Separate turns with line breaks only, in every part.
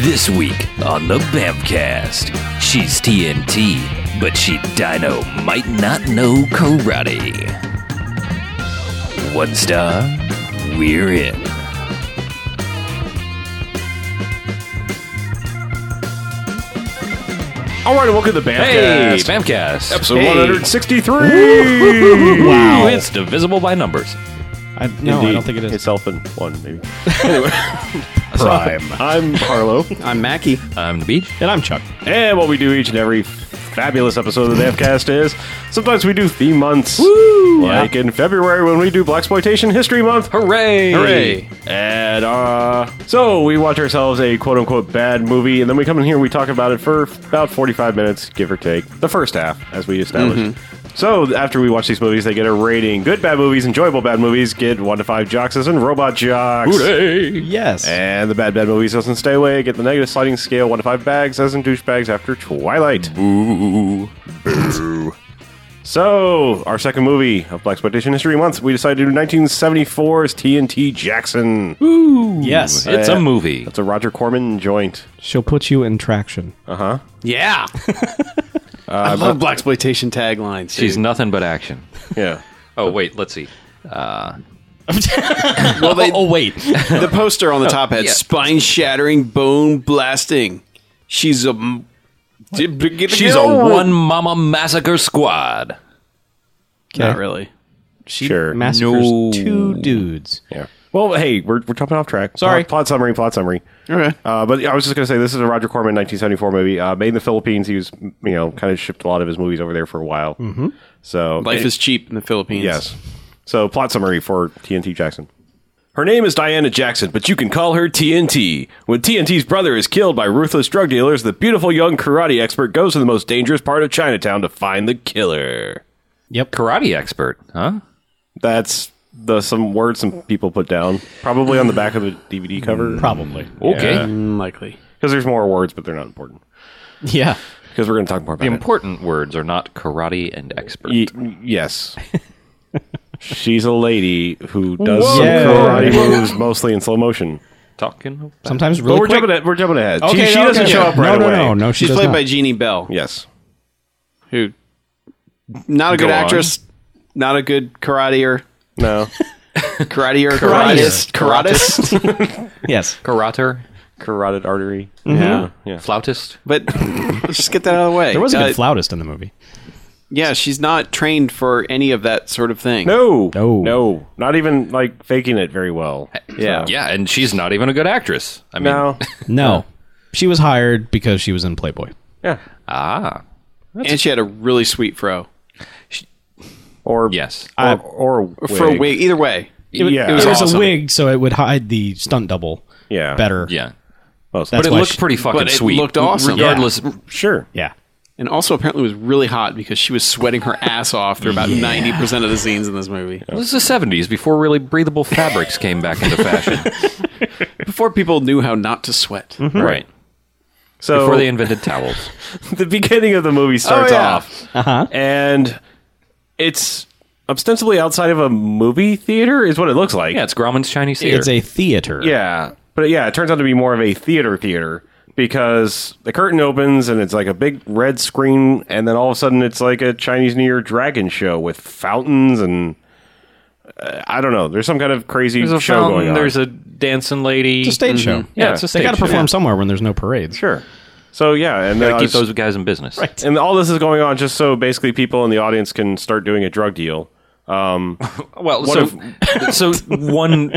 This week on the Bamcast, she's TNT, but she dino might not know karate. One star, we're in.
All right, welcome to the
Hey,
Bamcast.
Bamcast!
Episode
Hey.
163.
Wow. It's divisible by numbers.
I, no, I
Indeed.
don't think it is.
It's elf and one, maybe. anyway,
Prime.
I'm Harlow.
I'm Mackie.
I'm the beach.
And I'm Chuck.
and what we do each and every fabulous episode of the Bamcast is sometimes we do theme months. Like in February when we do Blaxploitation History Month.
Hooray!
Hooray! And, uh, so we watch ourselves a quote unquote bad movie, and then we come in here and we talk about it for about 45 minutes, give or take. The first half, as we established. So after we watch these movies, they get a rating. Good bad movies, enjoyable bad movies get 1 to 5 joxes and robot jocks.
Hooray!
Yes.
And the bad bad movies doesn't stay away, get the negative sliding scale 1 to 5 bags, as in douchebags after Twilight.
Ooh.
So, our second movie of Black Exploitation History Month, we decided to do 1974's TNT Jackson.
yes.
It's a movie.
That's a Roger Corman joint.
She'll put you in traction.
Yeah. I love black exploitation taglines. dude.
She's nothing but action.
Yeah.
Oh, wait, let's see.
well, they,
oh, wait.
the poster
Oh,
on the top had
yeah.
spine shattering, bone blasting. She's a m-
She's a one mama massacre squad.
Not really.
She
Sure.
massacres
No.
two dudes.
Yeah. Well, hey, we're, we're jumping off track.
Sorry.
Plot, plot summary, plot summary.
Okay.
Uh, but I was just going to say, this is a Roger Corman 1974 movie. Uh, made in the Philippines. He was, you know, kind of shipped a lot of his movies over there for a while. Mm-hmm. So
Life is cheap in the Philippines.
Yes. So, plot summary for TNT Jackson. Her name is Diana Jackson, but you can call her TNT. When TNT's brother is killed by ruthless drug dealers, the beautiful young karate expert goes to the most dangerous part of Chinatown to find the killer.
Karate expert, huh?
That's the some words some people put down, probably on the back of the DVD cover.
Mm. Probably.
Okay.
Unlikely.
because there's more words, but they're not important.
Yeah.
Because we're going to talk more about
The
it.
important words are not karate and expert.
Y- yes. She's a lady who does some
Yeah.
karate moves mostly in slow motion.
Talking about
Sometimes
But
really
we're
quick.
jumping, ahead, we're jumping ahead.
Okay,
she she
okay.
doesn't show up right
no,
away.
No, no, no. She
She's
does
played
not.
by Jeannie Bell,
Yes.
who not a good
Go on.
actress, not a good karateer,
No.
karateer,
Karateist.
karatist, karatist,
Yes.
karater,
Carotid artery.
yeah.
Mm-hmm. Yeah.
flautist.
But let's just get that out of the way.
There was a good
Uh,
flautist in the movie.
Yeah, she's not trained for any of that sort of thing.
No.
No. Uh,
No. Not even like faking it very well.
Yeah.
Yeah, and she's not even a good actress. I mean,
No.
No. She was hired because she was in Playboy.
yeah.
ah,
and she had a really sweet fro.
Or
yes.
Or, or, wig.
Fro wig. Either way,
It, wa-
Yeah.
it was,
It
was
a
awesome.
wig, so it would hide the stunt double
Yeah.
better.
Yeah.
Mostly.
But
That's
it
why
looked
she-
pretty fucking
but it
sweet.
looked awesome.
Regardless,
sure.
Yeah.
and also apparently was really hot because she was sweating her ass off through about ninety percent of the scenes in this movie.
this is the 70s before really breathable fabrics came back into fashion.
Before people knew how not to sweat.
right.
So
Before Oh, they invented towels.
the beginning of the movie starts
yeah.
off, and it's ostensibly outside of a movie theater, is what it looks like.
Yeah, it's Grauman's Chinese Theater.
It's a theater.
Yeah. but yeah, it turns out to be more of a theater theater because the curtain opens and it's like a big red screen, and then all of a sudden it's like a Chinese New Year dragon show with fountains and uh, I don't know. There's some kind of crazy
there's a
show going
fountain,
on.
there's a dancing lady.
It's a stage show.
Yeah, it's a
They
stage
got to
show.
perform somewhere when there's no parades.
sure. So yeah, and then
Gotta
I
keep
was-
those guys in business.
Right.
and all this is going on just so basically people in the audience can start doing a drug deal. Um,
Well, so, so one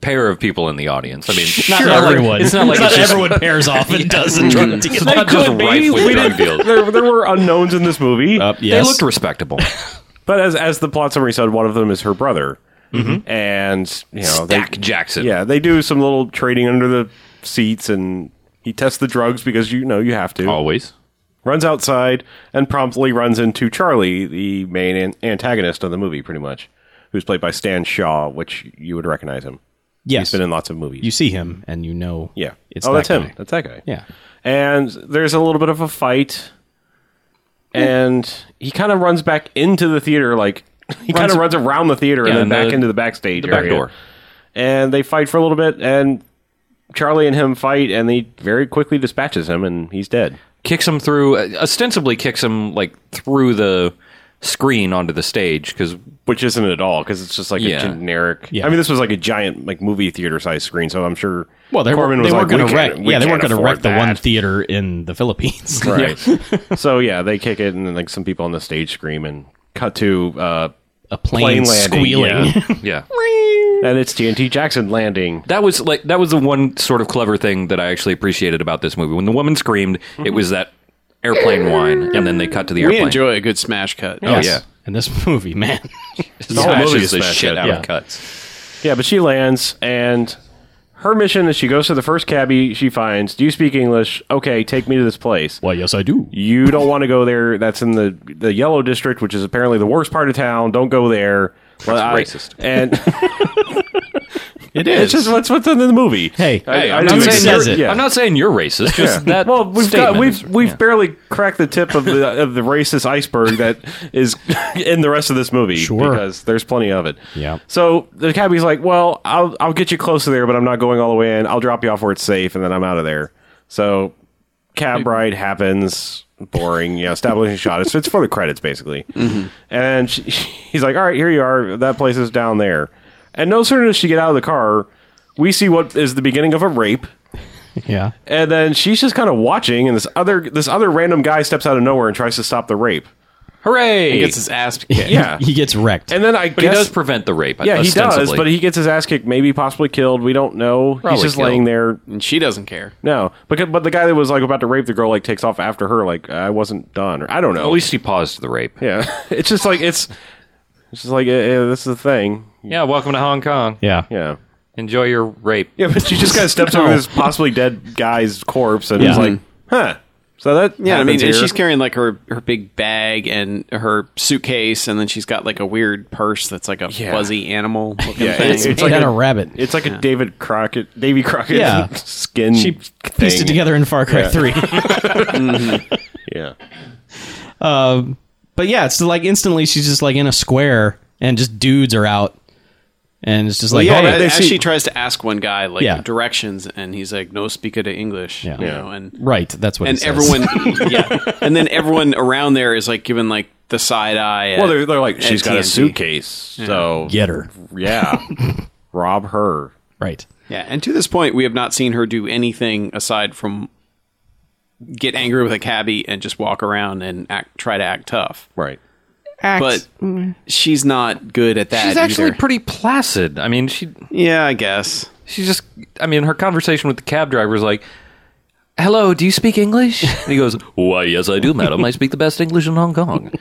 pair of people in the audience. I mean,
Not
it's not like-
everyone.
it's not like it's just-
everyone pairs off and does a drug deal.
It's not just rife with drug deals.
there, there were unknowns in this movie.
They looked respectable.
But as as the plot summary said, one of them is her brother,
Mm-hmm.
and you know, they,
Stack Jackson.
yeah, they do some little trading under the seats, and he tests the drugs because you know you have to.
Oh.
Always.
Runs outside and promptly runs into Charlie, the main an- antagonist of the movie, pretty much, who's played by Stan Shaw, which you would recognize him.
yes.
He's been in lots of movies.
you see him and you know.
yeah,
It's
oh,
that
that's him.
guy.
That's that guy.
Yeah.
and there's a little bit of a fight and he kind of runs back into the theater like he kind of runs around the theater
Yeah,
and then
and
back
the-
into the backstage
the back
area.
door.
and they fight for a little bit and Charlie and him fight, and he very quickly dispatches him, and he's dead.
kicks him through uh, ostensibly kicks him like through the screen onto the stage because
Which isn't at all because it's just like
Yeah.
a generic.
Yeah.
I mean, this was like a giant like movie theater size screen, so I'm sure.
Well, they,
Corbin
were,
was
they
like,
weren't going
"We
to
can't-
wreck.
we
Yeah, they weren't
can't
going to wreck
afford
the one
that."
theater in the Philippines.
Right. so yeah, they kick it, and then like some people on the stage scream, and cut to uh,
A plane,
Plane landing,
squealing.
yeah.
yeah
and it's TNT Jackson landing.
that was like that was the one sort of clever thing that i actually appreciated about this movie when the woman screamed it was that airplane whine and then they cut to the
We
airplane
enjoy a good smash cut.
oh yeah
And this movie, man.
the
whole movie
smashes
is
the
smash
shit
cut,
out
yeah.
of cuts
Yeah, but she lands, and her mission is she goes to the first cabbie she finds. Do you speak English? Okay, take me to this place.
well, yes, I do.
You don't want to go there. That's in the the yellow district, which is apparently the worst part of town. Don't go there. Well, I-
racist.
And
it
it's
is.
just what's what's in the movie.
Hey,
I- I
i'm
do
not
accept-
saying
says
you're-
it.
i'm not saying you're racist just that
well, we've got
statement
we've
is-
we've
yeah.
barely cracked the tip of the of the racist iceberg that is in the rest of this movie
Sure.
because there's plenty of it.
Yeah.
So the cabbie's like, "Well, I'll I'll get you close to there, but I'm not going all the way in. I'll drop you off where it's safe, and then I'm out of there." So cab ride happens. Boring, you know, establishing shot. It's, it's for the credits, basically.
Mm-hmm.
And she, he's like, "All right, here you are. That place is down there." And no sooner does she get out of the car, we see what is the beginning of a rape
yeah.
and then she's just kind of watching and this other this other random guy steps out of nowhere and tries to stop the rape
hooray
He gets his ass kicked.
yeah
He gets wrecked.
and then i
but
guess
he does prevent the rape
yeah he
ostensibly.
does but he gets his ass kicked maybe possibly killed we don't know
Probably
he's just
killed.
laying there
And she doesn't care.
no because, but the guy that was like about to rape the girl like takes off after her like i wasn't done or i don't know
at least he paused the rape
yeah it's just like it's it's just like eh, eh, this is the thing
yeah welcome to hong kong
yeah.
yeah
enjoy your rape
yeah but she just kind of steps over this possibly dead guy's corpse and is
Yeah.
like huh so that
Yeah, I mean,
happens
and
here.
she's carrying like her her big bag and her suitcase, and then she's got like a weird purse that's like a fuzzy animal looking
Yeah,
thing.
it's- it's
Ain't
like
that
a-
a, rabbit?
It's like a David Crockett, Davy Crockett
Yeah.
skin.
she
Mm.
pieced
thing.
it together in Far Cry
Yeah.
3.
Yeah,
um, but yeah, it's like instantly she's just like in a square and just dudes are out. And it's just like,
yeah,
hey,
and as
see-
she tries to ask one guy like
Yeah.
directions, and he's like, "No speak it English."
Yeah.
you
Yeah.
know, and
right, that's what he
and
says.
everyone, yeah, and then everyone around there is like given like the side eye.
well,
at-
they're they're like
at
she's got a
TNT."
suitcase, so
get her.
yeah, rob her.
Right.
Yeah, and to this point, we have not seen her do anything aside from get angry with a cabbie and just walk around and act, try to act tough.
Right.
But she's not good at that.
She's actually
either.
pretty placid. I mean, she
yeah, I guess.
she just I mean, her conversation with the cab driver is like, "Hello, do you speak English?" And he goes, "Why, yes, I do, madam. I speak the best English in Hong Kong."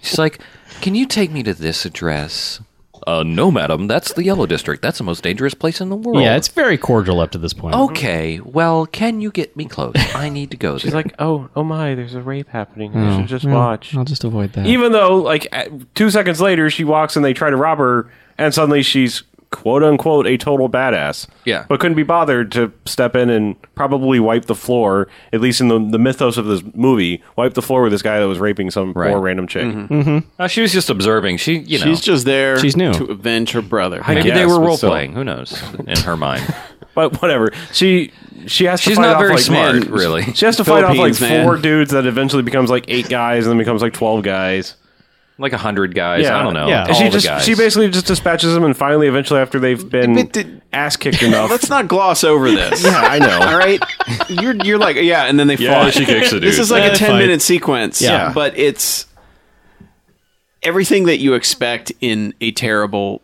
She's like, "Can you take me to this address?" Uh, no, madam. That's the yellow district. That's the most dangerous place in the world.
Yeah, it's very cordial up to this
oh,
point.
okay. Well, can you get me close? I need to go. Mm-hmm. She's like,
Oh, oh my! There's a rape happening. You should just watch.
I'll just avoid that.
Even though, like at- two seconds later, she walks and they try to rob her, and suddenly she's quote unquote a total badass.
Yeah.
but couldn't be bothered to step in and probably wipe the floor. At least in the the mythos of this movie, wipe the floor with this guy that was raping some
Right.
poor random chick.
Mm-hmm.
Uh, she was just observing. She, you know,
She's just there.
She's new.
to avenge her brother.
maybe
guess,
they were
but
role
still.
playing. Who knows? In her mind,
but whatever. She she has to
she's
fight
not
off,
very
like,
smart,
man,
really.
She has to fight off like
Philippines, man.
four dudes that eventually becomes like eight guys and then becomes like twelve guys.
Like a hundred guys. I don't know.
Yeah.
All
And she
the
just
guys.
she basically just dispatches them and finally eventually after they've been
But did-
ass kicked enough.
Let's not gloss over this.
yeah, I know.
All right, you're you're like yeah, and then they
Yeah,
fall.
she kicks the
This
dude.
is like
Yeah,
a ten
fine.
minute sequence.
Yeah.
but it's everything that you expect in a terrible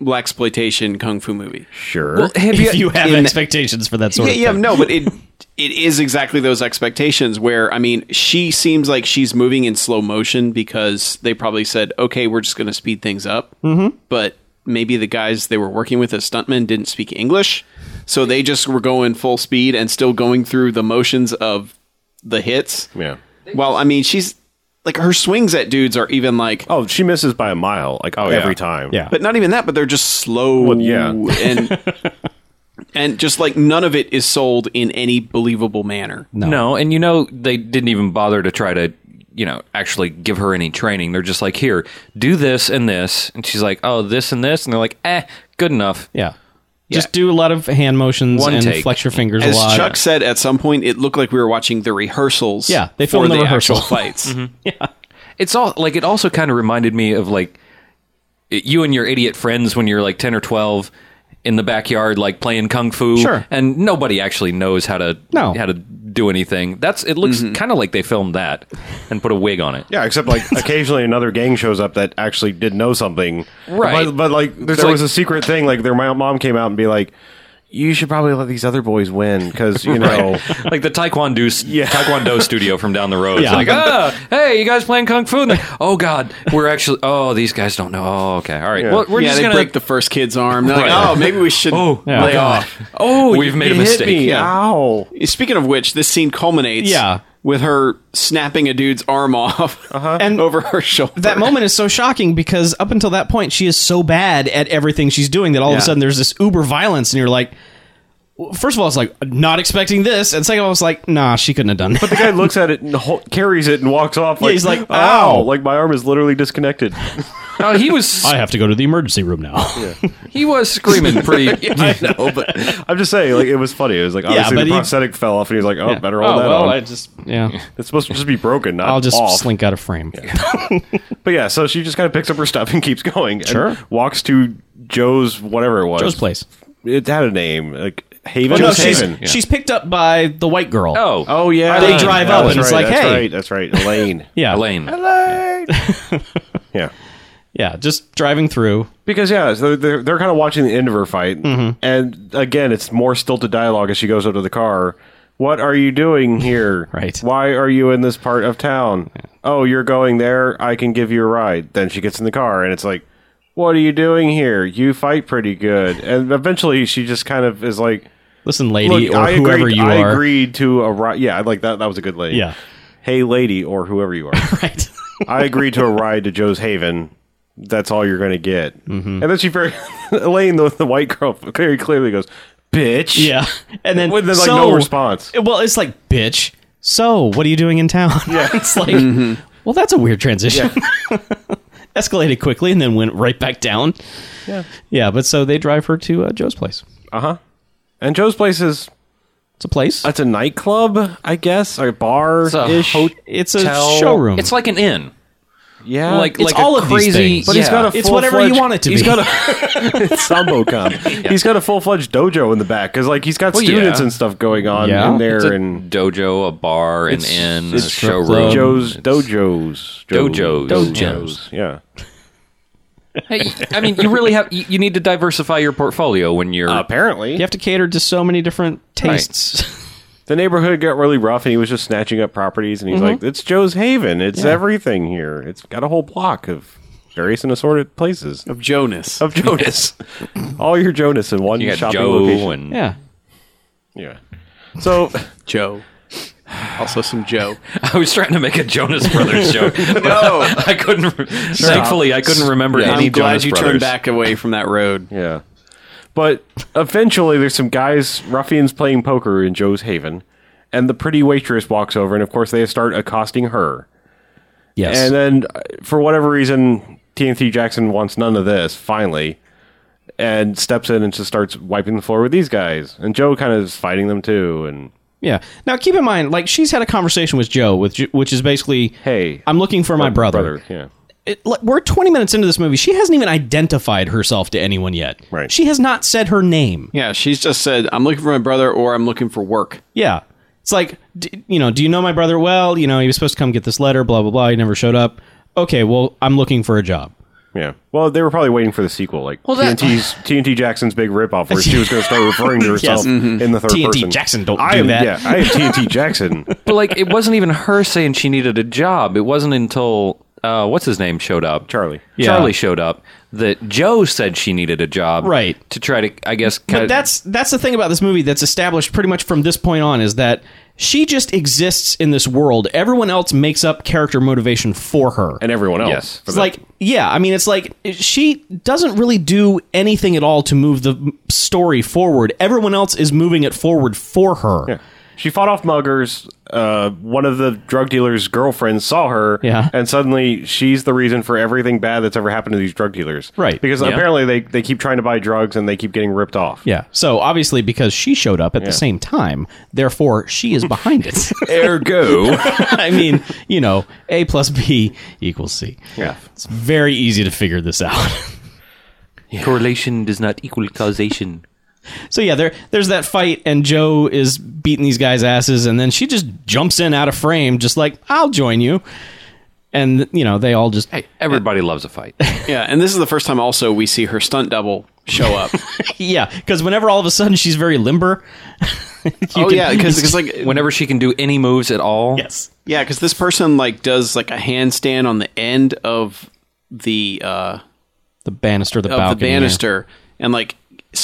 black exploitation kung fu movie.
Sure.
Well, have
if you have
in-
expectations for that sort
Yeah,
of
yeah,
thing.
no, but it it is exactly those expectations where I mean, she seems like she's moving in slow motion because they probably said, "Okay, we're just going to speed things up." Mm-hmm. But maybe the guys they were working with as stuntmen didn't speak English, so they just were going full speed and still going through the motions of the hits.
yeah.
Well, I mean, she's like her swings at dudes are even like
Oh, she misses by a mile, like oh,
yeah.
every time.
Yeah.
but not even that but they're just slow
yeah.
and and just like none of it is sold in any believable manner
No. and you know they didn't even bother to try to, you know, actually give her any training. They're just like, here, do this and this, and she's like, oh, this and this, and they're like, eh, good enough.
Yeah. Just do a lot of hand motions
One
and
take.
flex your fingers
As
a lot.
Chuck said, at some point it looked like we were watching the rehearsals.
Yeah, they
for
filmed the rehearsal.
actual fights.
It's all like it also kind of reminded me of like it- you and your idiot friends when you're like 10 or 12 in the backyard like playing kung fu
Sure.
and nobody actually knows how to
No.
how to do anything. That's it looks kind of like they filmed that and put a wig on it.
Yeah, except like occasionally another gang shows up that actually did know something.
Right.
But, but, like
There's,
there
like-
was a secret thing. Like their mo- mom came out and be like, "You should probably let these other boys win because you know."
like the Taekwondo Taekwondo studio from down the road. It's
Yeah.
like, ah, hey, you guys playing kung fu? And they're, oh God, we're actually. Oh, these guys don't know. Oh, okay, all right.
Yeah.
Well, we're
yeah,
just
they
gonna.
break the first kid's arm. They're like,
Right.
oh, maybe we should
Oh,
Yeah.
lay
God.
off.
oh, we've made a
You
mistake.
Hit me.
yeah.
Ow.
Speaking of which, this scene culminates
Yeah.
with her snapping a dude's arm off
And-
over her shoulder.
that moment is so shocking because up until that point she is so bad at everything she's doing that all of
Yeah.
a sudden there's this uber violence and you're like well, first of all it's like not expecting this and second of all it's like nah she couldn't have done that
The guy looks at it and ho- carries it and walks off. Like,
he's like, "Ow."
Like my arm is literally disconnected.
Uh, he was
have to go to the emergency room now
he was screaming pretty.
I know, but I'm just saying, like it was funny. It was like obviously
but
the
he-
prosthetic fell off, and he's like, "Oh, better hold
oh,
that
well,
on."
I just yeah
it's supposed to just be broken, not
I'll just
off.
slink out of frame
But yeah, so she just kind of picks up her stuff and keeps going. and
Sure.
walks to Joe's whatever it was.
Joe's place
It had a name, like Haven.
no,
Joe's
she's,
Haven.
she's picked up by the white girl
Oh,
Oh yeah,
They drive
Yeah,
up
that's
and it's
right,
like,
that's
"Hey."
right, that's right, Elaine."
yeah
Elaine.
yeah,
yeah just driving through
because yeah, so they're they're kind of watching the end of her fight,
Mm-hmm.
and again, it's more stilted dialogue as she goes up to the car. What are you doing here?
Right.
Why are you in this part of town? Oh, you're going there. I can give you a ride. Then she gets in the car, and it's like, "What are you doing here? You fight pretty good." And eventually, she just kind of is like,
listen lady
Look,
or
I
whoever
agreed,
you
I
are
agreed to a ride. Yeah, I like that. That was a good lady.
Yeah.
Hey, lady, or whoever you are.
right
I agreed to a ride to Joe's Haven. That's all you're going to get.
Mm-hmm.
And then she very Elaine, the, the white girl, very clearly goes, "Bitch."
yeah and then
With like
so,
no response.
well it's like bitch so what are you doing in town yeah it's like
Mm-hmm.
well that's a weird transition escalated quickly and then went right back down
Yeah.
yeah but so they drive her to uh, joe's place
Uh huh. And Joe's place is
it's a place
it's a nightclub, I guess, or bar
It's a
ish.
hotel.
it's a
Tell-
showroom
It's like an inn.
Yeah.
Like
It's
like a
all of these
crazy.
things.
but he's
yeah.
got a
It's whatever you
full-fledged-
want it to
he's
be.
Got a, it's Sambo Con. He's got a full fledged dojo in the back because like he's got
Well,
students
yeah.
and stuff going on
Yeah.
in there
It's a
and
dojo, a bar, an
It's-
inn,
it's
a
strip
showroom.
club.
Joe's
It's-
dojos.
Dojos. Dojos.
Yeah.
Hey, I mean, you really have you, you need to diversify your portfolio when you're
Apparently,
you have to cater to so many different tastes
the neighborhood got really rough, and he was just snatching up properties. And he's
Mm-hmm.
like, "It's Joe's Haven. It's everything here. It's got a whole block of various and assorted places
of Jonas.
of Jonas. All your Jonas in one
you got
shopping
Joe
location.
and
yeah
yeah. So
Joe. Also some Joe.
I was trying to make a Jonas Brothers joke. no, I couldn't. re- Thankfully, I couldn't remember
I'm
any
glad
Jonas
you
Brothers.
turned back away from that road.
yeah, but eventually there's some guys ruffians playing poker in Joe's Haven, and the pretty waitress walks over, and of course they start accosting her.
yes
And then, uh, for whatever reason, TNT Jackson wants none of this, finally, and steps in and just starts wiping the floor with these guys. And Joe kind of is fighting them too. And
yeah now keep in mind like she's had a conversation with joe with which is basically
hey,
i'm looking for my brother,
yeah.
it, like, we're 20 minutes into this movie. She hasn't even identified herself to anyone yet.
Right.
She has not said her name.
Yeah, she's just said, I'm looking for my brother or I'm looking for work.
Yeah. It's like, d- you know, do you know my brother? Well, you know, he was supposed to come get this letter, blah, blah, blah. He never showed up. Okay, well, I'm looking for a job.
Yeah. Well, they were probably waiting for the sequel, like
that-
TNT's TNT Jackson's big ripoff, where she was going to start referring to herself
Mm-hmm.
in the third
TNT
person.
Jackson, don't
I
do
am,
that.
Yeah, I am TNT Jackson.
But like, it wasn't even her saying she needed a job. It wasn't until uh, what's his name showed up,
Charlie.
Yeah.
Charlie showed up that Joe said she needed a job,
Right.
To try to, I guess,
But
kinda-
that's that's the thing about this movie that's established pretty much from this point on is that she just exists in this world. Everyone else makes up character motivation for her.
and everyone else.
Yes.
for
It's
that.
like, yeah, I mean, it's like she doesn't really do anything at all to move the m- story forward. Everyone else is moving it forward for her.
She fought off muggers. Uh, one of the drug dealers' girlfriends saw her,
Yeah.
and suddenly she's the reason for everything bad that's ever happened to these drug dealers.
Right.
Because apparently they, they keep trying to buy drugs and they keep getting ripped off.
Yeah. So obviously, because she showed up at the same time, therefore she is behind it.
Ergo,
I mean, you know, A plus B equals C.
Yeah.
It's very easy to figure this out.
correlation does not equal causation.
so yeah, there there's that fight, and Joe is beating these guys' asses, and then she just jumps in out of frame, just like I'll join you. And you know, they all just
Hey, everybody loves a fight.
Yeah, and this is the first time also we see her stunt double show up.
yeah, because whenever all of a sudden she's very limber. you
oh
can-
yeah, because like
Whenever she can do any moves at all,
yes,
Yeah, because this person like does like a handstand on the end of the uh,
the banister, the
of
balcony,
the
yeah.
banister, and like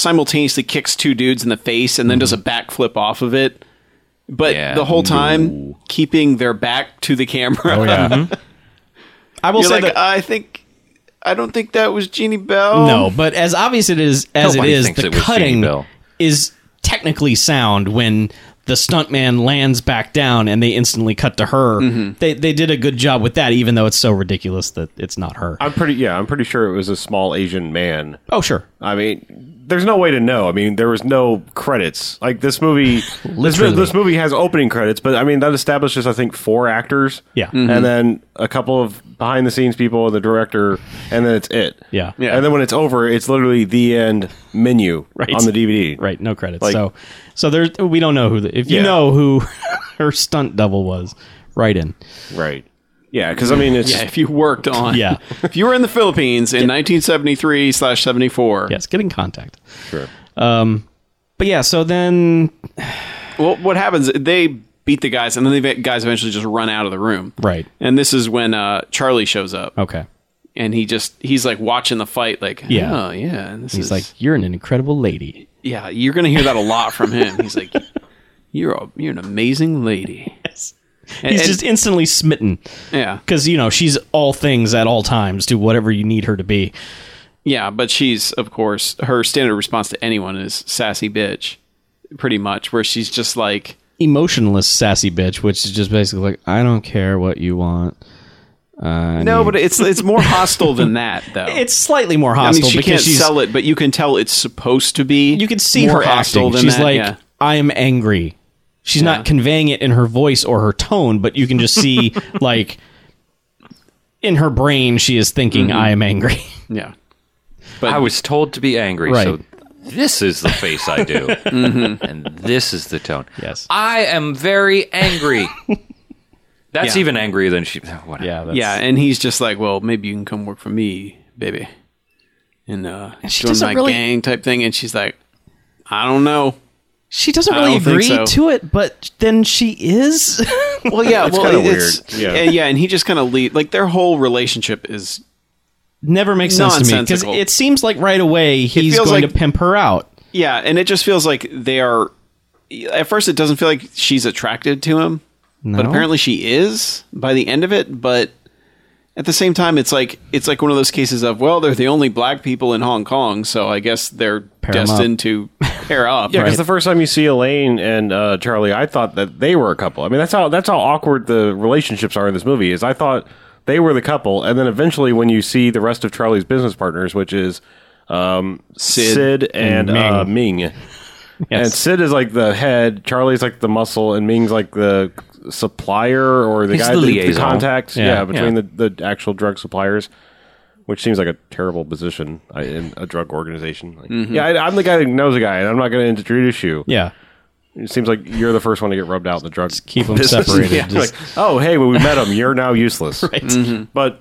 simultaneously kicks two dudes in the face, and then does a backflip off of it. But
Yeah,
the whole time keeping their back to the camera.
Oh yeah. I will
You're
say
like, uh,
that
I think I don't think that was Jeannie Bell.
No, but as obvious it is as
Nobody
it is,
thinks
the
it was Gene
cutting
Bell.
is technically sound when the stuntman lands back down and they instantly cut to her. They they did a good job with that, even though it's so ridiculous that it's not her.
I'm pretty yeah, I'm pretty sure it was a small Asian man.
oh sure,
I mean, there's no way to know. I mean, there was no credits. Like this movie, this, mo-
Literally.
this movie has opening credits, but I mean that establishes I think four actors,
Yeah. Mhm.
and then a couple of behind the scenes people and the director, and then it's it,
Yeah.
Yeah.
And then when it's over, it's literally the end menu
Right.
on the DVD,
right? No credits.
Like-
so so there's we don't know who. The, if you
Yeah.
know who her stunt double was, write in.
right. Yeah, because I mean it's
Yeah, if you worked on
Yeah.
if you were in the Philippines in 1973 slash 74.
Yes, get in contact. Mm-hmm. Sure. Um, but yeah, so then
Well, what happens? They beat the guys, and then the guys eventually just run out of the room.
Right.
And this is when uh, Charlie shows up,
okay,
and he just he's like watching the fight, like
Yeah.
yeah, oh, yeah. And this
he's
is
like, "You're an incredible lady."
yeah, you're gonna hear that a lot from him. He's like, you're a, you're an amazing lady.
Yes.
And-
He's
and-
just instantly smitten.
Yeah,
because you know she's all things at all times to whatever you need her to be.
yeah. But she's of course her standard response to anyone is sassy bitch, pretty much. Where she's just like,
Emotionless sassy bitch, which is just basically like I don't care what you want. Uh,
no, but it's it's more hostile than that though.
it's slightly more
I mean,
hostile
she can't
because she's
sell it, but you can tell it's supposed to be.
you can see
more
her acting. She's like
yeah.
I am angry. She's not conveying it in her voice or her tone, but you can just see like in her brain she is thinking
Mm-hmm.
I am angry.
Yeah.
I was told to be angry, so
Right.
this is the face I do, and this is the tone.
Yes.
I am very angry. That's
Yeah.
even angrier than she. oh, Whatever.
that's,
yeah, and he's just like, well, maybe you can come work for me, baby, and uh,
she
join
doesn't
my
really-
gang type thing. And she's like, I don't know.
She doesn't
I
really
don't think
agree
so.
to it, but then she is.
Well, yeah,
It's
well,
kinda
it's-
weird, yeah.
and, yeah, and he just kind of lead like their whole relationship is
never makes sense to me because
Nonsensical.
it seems like right away he's
feels
going
like-
to pimp her out.
yeah, and it just feels like they are. At first, it doesn't feel like she's attracted to him, but apparently she is by the end of it. But at the same time, it's like it's like one of those cases of well, they're the only black people in Hong Kong, so I guess they're
'em up.
destined to pair up.
Yeah, because
right?
the first time you see Elaine and uh, Charlie, I thought that they were a couple. I mean, that's how that's how awkward the relationships are in this movie. Is I thought they were the couple, and then eventually when you see the rest of Charlie's business partners, which is um, Sid.
Sid.
and,
Ming.
Uh, Ming, and Sid is like the head, Charlie's like the muscle, and Ming's like the supplier or the
He's
guy
the
that-
liaison.
contact, yeah,
Yeah.
between
Yeah.
The, the actual drug suppliers. Which seems like a terrible position uh, in a drug organization. Like, Yeah, I, I'm the guy that knows a guy, and I'm not going to introduce you.
Yeah,
It seems like you're the first one to get rubbed out in the drug.
keep them
business.
separated.
Yeah,
Just-
like, oh, hey, when we met him, you're now useless.
Right.
But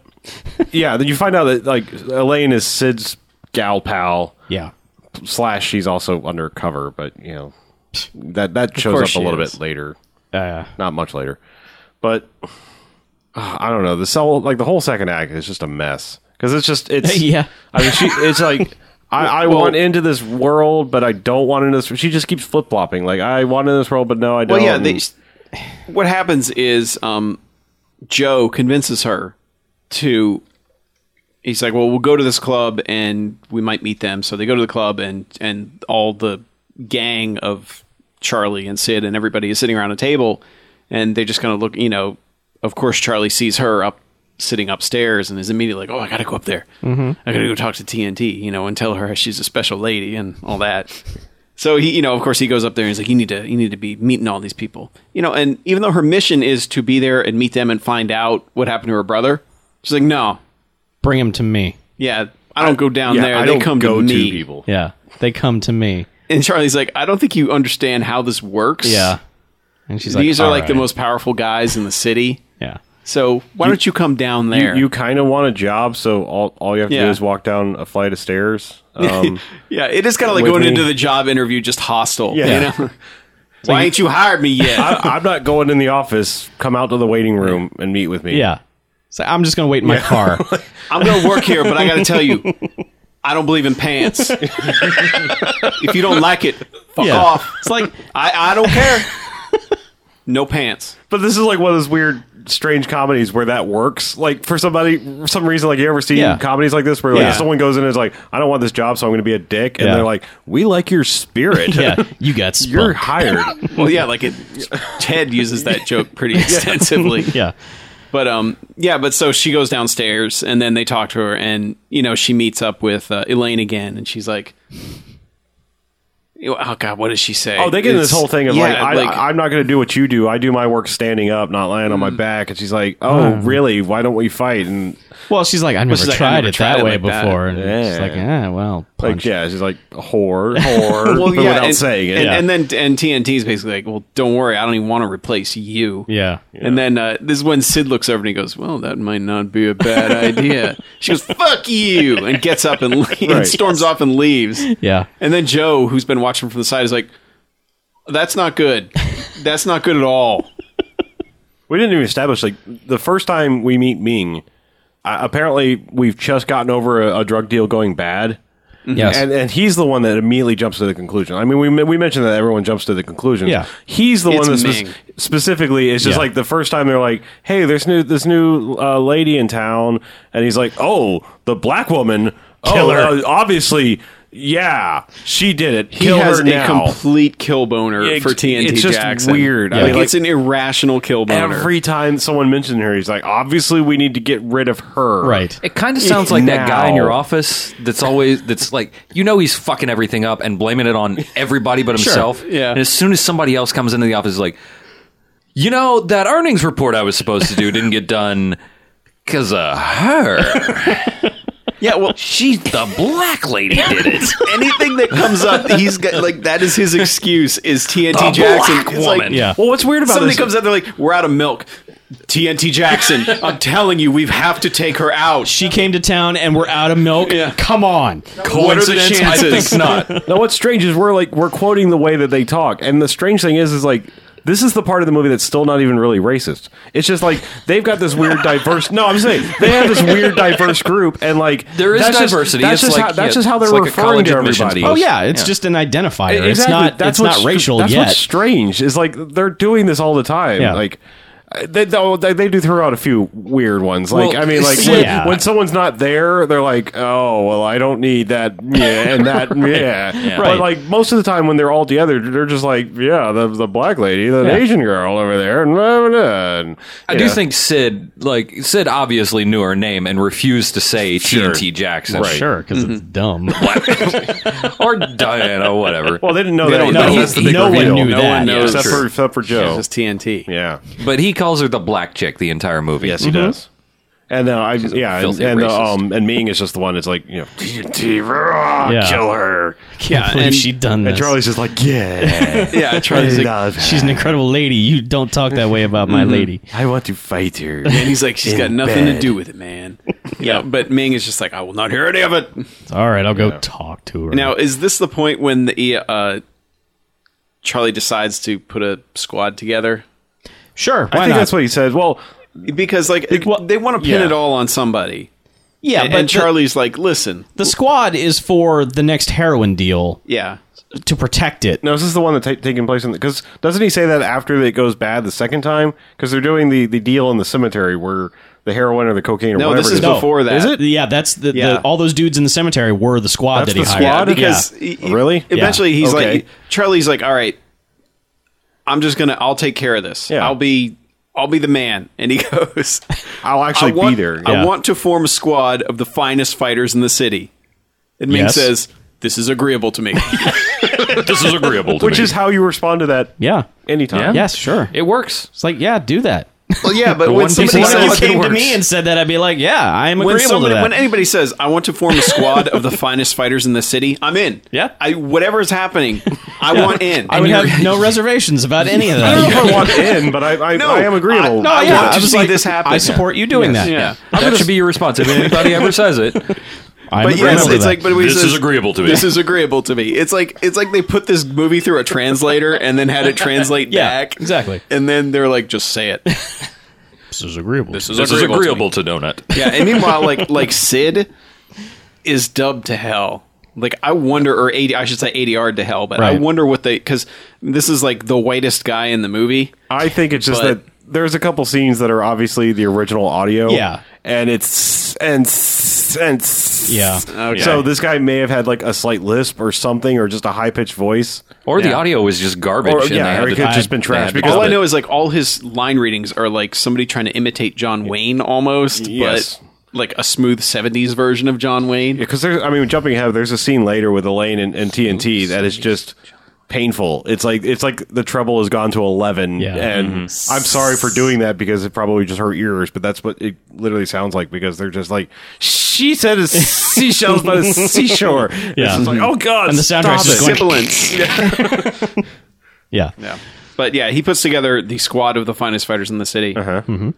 yeah, then you find out that like Elaine is Sid's gal pal
yeah,
slash she's also undercover, but you know that that shows
course
up a little
she is.
bit later,
uh,
not much later. But uh, I don't know the cell like the whole second act is just a mess because it's just it's
Yeah.
I mean, she it's like. I, I want into this world, but I don't want into this. She just keeps flip flopping. Like I want into this world, but no, I don't.
Well, yeah. They,
and-
what happens is um, Joe convinces her to. He's like, "Well, we'll go to this club and we might meet them." So they go to the club and and all the gang of Charlie and Sid and everybody is sitting around a table, and they just kind of look. You know, of course Charlie sees her up sitting upstairs and is immediately like, "Oh, I gotta go up there. I gotta go talk to TNT. You know, and tell her she's a special lady and all that." So he, you know, of course, he goes up there and he's like, "You need to, you need to be meeting all these people." You know, and even though her mission is to be there and meet them and find out what happened to her brother, she's like, "No,
Bring him to me.
yeah, I don't go down
yeah,
there.
I
they
don't
come
go
to
to
me.
people.
Yeah, they come to me.
And Charlie's like, I don't think you understand how this works.
Yeah, and she's like,
these are
"All
like the
right."
most powerful guys in the city.
Yeah,
So why don't you come down
You,
there?
you kind of want a job, so all, all you have to do
Yeah.
is walk down a flight of stairs. Um,
yeah, it is kind of like
With
going
me.
into the job interview just hostile.
Yeah.
You know? why ain't you hired me yet?
I, I'm not going in the office. Come out to the waiting room and meet with me.
yeah. So I'm just gonna wait in my car.
I'm going to work here, but I got to tell you, I don't believe in pants. if you don't like it, fuck
Yeah.
off.
It's like
I, I don't care. No pants.
But this is like one of those weird, strange comedies where that works. Like for somebody, for some reason, like you ever see
Yeah.
comedies like this where like
Yeah.
someone goes in and is like, "I don't want this job, so I'm going to be a dick," and
Yeah.
they're like, "We like your spirit.
yeah, you got spunk.
You're hired."
Well, yeah, like it. Ted uses that joke pretty extensively.
yeah,
But um, yeah. But so she goes downstairs, and then they talk to her, and you know she meets up with uh, Elaine again, and she's like, "Oh God, what does she say?"
oh, they get in this
It's-
whole thing of
yeah,
like, I, I, am not going to do what you do. I do my work standing up, not lying
Mm.
on my back." And she's like, "Oh, really? Why don't we fight?" And
Well, she's like, I've never
she's like, I
tried
never
it
tried
that
it
way
like that.
before. And she's
Yeah.
like, ah, well,
like,
punch.
yeah, she's like, "Whore, whore,"
well,
but
yeah,
without
and,
saying it.
and,
yeah.
and then and TNT is basically like, "Well, don't worry, I don't even want to replace you."
yeah,
And then uh, this is when Sid looks over and he goes, "Well, that might not be a bad idea." she goes, "Fuck you!" and gets up and, le- and
Right.
storms off and leaves.
yeah.
And then Joe, who's been watching from the side, is like, "That's not good. That's not good at all."
We didn't even establish like the first time we meet Ming. Uh, apparently, we've just gotten over a, a drug deal going bad,
Yes.
and and he's the one that immediately jumps to the conclusion. I mean, we we mentioned that everyone jumps to the conclusion.
Yeah.
he's the
It's
one that
Ming.
spec- specifically. It's just
Yeah.
like the first time they're like, "Hey, there's new this new uh, lady in town," and he's like, "Oh, the black woman
Killer.
Oh, uh, obviously, yeah, she did it. Kill
he has
her
a
now."
complete kill boner
It's-
for TNT
it's just
Jackson.
weird. I
Like,
mean, like-
it's an irrational kill boner.
Every time someone mentioned her, he's like, "Obviously, we need to get rid of her."
right.
It kind of sounds like that guy in
Now.
your office that's always that's like you know he's fucking everything up and blaming it on everybody but himself.
yeah.
And as soon as somebody else comes into the office, he's like, you know that earnings report I was supposed to do didn't get done because of her.
yeah, well,
She's the black lady did it.
anything that comes up, he's got like that is his excuse is TNT
The
Jackson.
black
It's like,
woman.
Yeah.
Well, what's weird about
Somebody
this?
comes out, they're like, "We're out of milk." TNT Jackson, I'm telling you, we have to take her out. She,
She came to town and we're out of milk.
Yeah.
Come on.
what are the
Coincidence? I
chances?
think not.
now, what's strange is we're like we're quoting the way that they talk, and the strange thing is, is like this is the part of the movie that's still not even really racist. It's just like they've got this weird diverse. No, I'm saying they have this weird diverse group, and like
There is
that's just-
diversity.
that's
It's
just
like-
how, that's
yeah,
just how they're
it's like a
referring
college
to
admissions
everybody.
post.
Oh yeah, E-, it's
Yeah.
just an identifier.
Exactly.
It's not. it's
what's-
not racial
that's
yet.
what's strange is like they're doing this all the time.
Yeah.
Like they, oh, they they do throw out a few weird ones. Like
Well,
I mean, like
yeah.
when, when someone's not there, they're like, oh well, I don't need that. Yeah, and that. Yeah.
Right.
But like most of the time when they're all together, they're just like, yeah, the the black lady, the
Yeah.
Asian girl over there, and blah, blah, blah, and
I do think Sid, like Sid, obviously knew her name and refused to say TNT Jackson,
Right.
Sure, because it's dumb.
or Diana, whatever.
Well, they didn't know
They
that.
don't
though.
know.
That's the big
No one
reveal.
knew
no
that.
One
Yeah,
knows,
sure.
except for except for Joe.
It's TNT.
yeah.
But he calls her the black chick the entire movie.
Yes, he does. Mm-hmm. And uh, I yeah, and,
filthy
and uh,
racist.
um, and Ming is just the one that's like you know, yeah. kill her.
yeah,
and-
she done this.
And Charlie's just like, yeah,
Yeah, Charlie's
I
like,
love her.
She's an incredible lady. You don't talk that way about my lady.
I want to fight her.
and he's like, she's
In
got nothing to
bed.
do with it, man. yeah, but Ming is just like, I will not hear any of it.
It's All right, I'll go talk to her.
Now, is this the point when the uh, Charlie decides to put a squad together?
sure.
I
Why
think
not?
that's what he says. Well,
Because like it-
well,
they want to pin
yeah.
it all on somebody.
yeah,
and,
but
and
the-
Charlie's like, listen,
the squad is for the next heroin deal
yeah,
to protect it.
no, is this the one that's ta- taking place in because doesn't he say that after it goes bad the second time because they're doing the the deal in the cemetery where the heroin or the cocaine or
No,
whatever
this is
it is.
before that.
Is it?
Yeah, that's the,
Yeah.
the all those dudes in the cemetery were the squad
That's
that he
the
hired.
squad?
because
Yeah.
he-
Really?
Eventually, he's
Okay.
like, Charlie's like, all right, I'm just gonna I'll take care of this.
Yeah.
I'll be I'll be the man. And he goes
I'll actually
I want,
be there.
I
yeah.
want to form a squad of the finest fighters in the city. And Ming
Yes.
says, This is agreeable to me.
This is agreeable to
Which is how you respond to that
Yeah.
anytime.
Yes, sure.
it works.
It's like, yeah, do that.
well yeah, but
one piece of
If you
Fucking
came to
works.
me and said that, I'd be like, yeah, I am
when
agreeable
somebody,
to that.
when anybody says, "I want to form a squad of the finest fighters in the city," I'm in.
Yeah.
I, whatever is happening, I want in.
I would have no reservations about any of
I don't
that. Oh,
know if I want in, but I, I,
No,
I am agreeable.
I
yeah,
want
I
to
was
see
like,
this happen.
I support you doing that.
Yeah.
That should be your response. If anybody ever says it,
I'm
But yes,
agreeable to
it's
that.
like, but we
This
says,
is agreeable to me.
This is agreeable to me. It's like, it's like they put this movie through a translator and then had it translate
Yeah,
back.
exactly.
And then they're like, just say it.
this is agreeable.
This is
this is
agreeable.
agreeable to Donut.
To me. yeah. And meanwhile, like, like Sid is dubbed to hell. Like, I wonder, or AD, I should say ADR to hell, but I
Right.
wonder what they, because this is like the whitest guy in the movie.
I think it's just
But-
that there's a couple scenes that are obviously the original audio.
Yeah.
And it's and s- and s-
Yeah.
Okay.
So this guy may have had like a slight lisp or something, or just a high pitched voice.
Or the
Yeah.
audio was just garbage.
Or-
and
yeah,
they had
or it
to-
could've just been
they had
trash
to
because-
dub
All I
it.
know is like all his line readings are like somebody trying to imitate John Wayne almost,
Yes.
but like a smooth '70s version of John Wayne.
Because there's, I mean, jumping ahead, there's a scene later with Elaine and, and TNT that is just painful. It's like it's like the treble has gone to eleven,
Yeah.
and
Mm-hmm.
I'm sorry for doing that because it probably just hurt ears. But that's what it literally sounds like because they're just like she said it's seashells, but it's seashore. Yeah. It's just like oh god,
And the soundtrack's
stop
just
it.
going-
Sibilance.
yeah.
yeah. But yeah, he puts together the squad of the finest fighters in the city, uh-huh.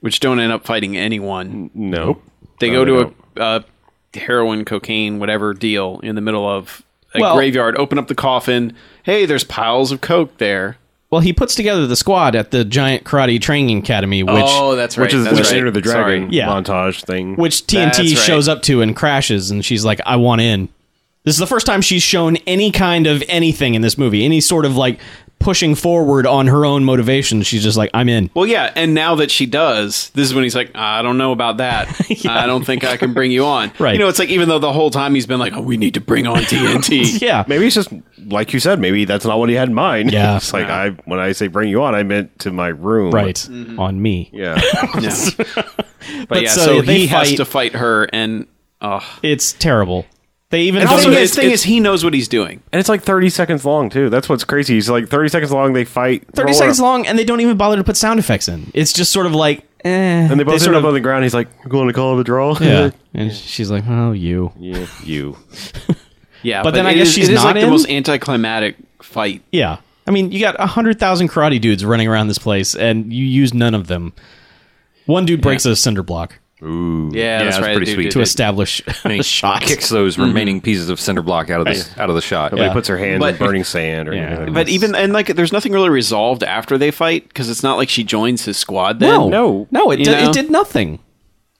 which don't end up fighting anyone.
No,
They
No,
go
they
to a, a heroin, cocaine, whatever deal in the middle of a
Well-
graveyard. Open up the coffin. Hey, there's piles of coke there.
Well, he puts together the squad at the giant karate training academy, which
oh, that's right.
which is
that's
which
right.
Enter the
Sorry.
Dragon
Yeah.
montage thing.
which TNT
That's right.
shows up to and crashes, and she's like, "I want in." This is the first time she's shown any kind of anything in this movie, any sort of like pushing forward on her own motivation. She's just like, "I'm in."
Well, yeah, and now that she does, this is when he's like, I don't know about that. I don't think I can bring you on.
Right.
You know, it's like even though the whole time he's been like, oh, we need to bring on TNT.
Yeah,
Maybe it's just like you said. Maybe that's not what he had in mind.
Yeah.
it's like I when I say bring you on, I meant to my room.
right on me.
Yeah.
Yeah. But, yeah,
so
so,
they
he has
fight-
to fight her, and uh,
It's terrible. They even
and also
they-
his thing is he knows what he's doing.
And it's like 30 seconds long, too. That's what's crazy. He's like 30 seconds long, they fight.
30
roll
seconds
up,
long, and they don't even bother to put sound effects in. It's just sort of like, eh.
And they both
sort
end up
of-
on the ground. He's like, you going to call it a draw?
yeah. And she's like, "Oh, you."
yeah. You.
Yeah,
But then I
it
guess
is-
she's
it is
not
like
in?
the most anticlimactic fight.
Yeah. I mean, you got 100,000 karate dudes running around this place, and you use none of them. One dude breaks a cinder block
Yeah, that's
it's
right.
pretty
dude,
sweet.
dude,
to
dude.
establish
And he
the shot.
kicks those remaining pieces of cinder block out of the out of the shot.
Nobody
Yeah.
puts her hands in
But-
burning sand or anything like
But even and like, there's nothing really resolved after they fight because it's not like she joins his squad. Then
No. No. No, it,
You
did,
know?
it did nothing.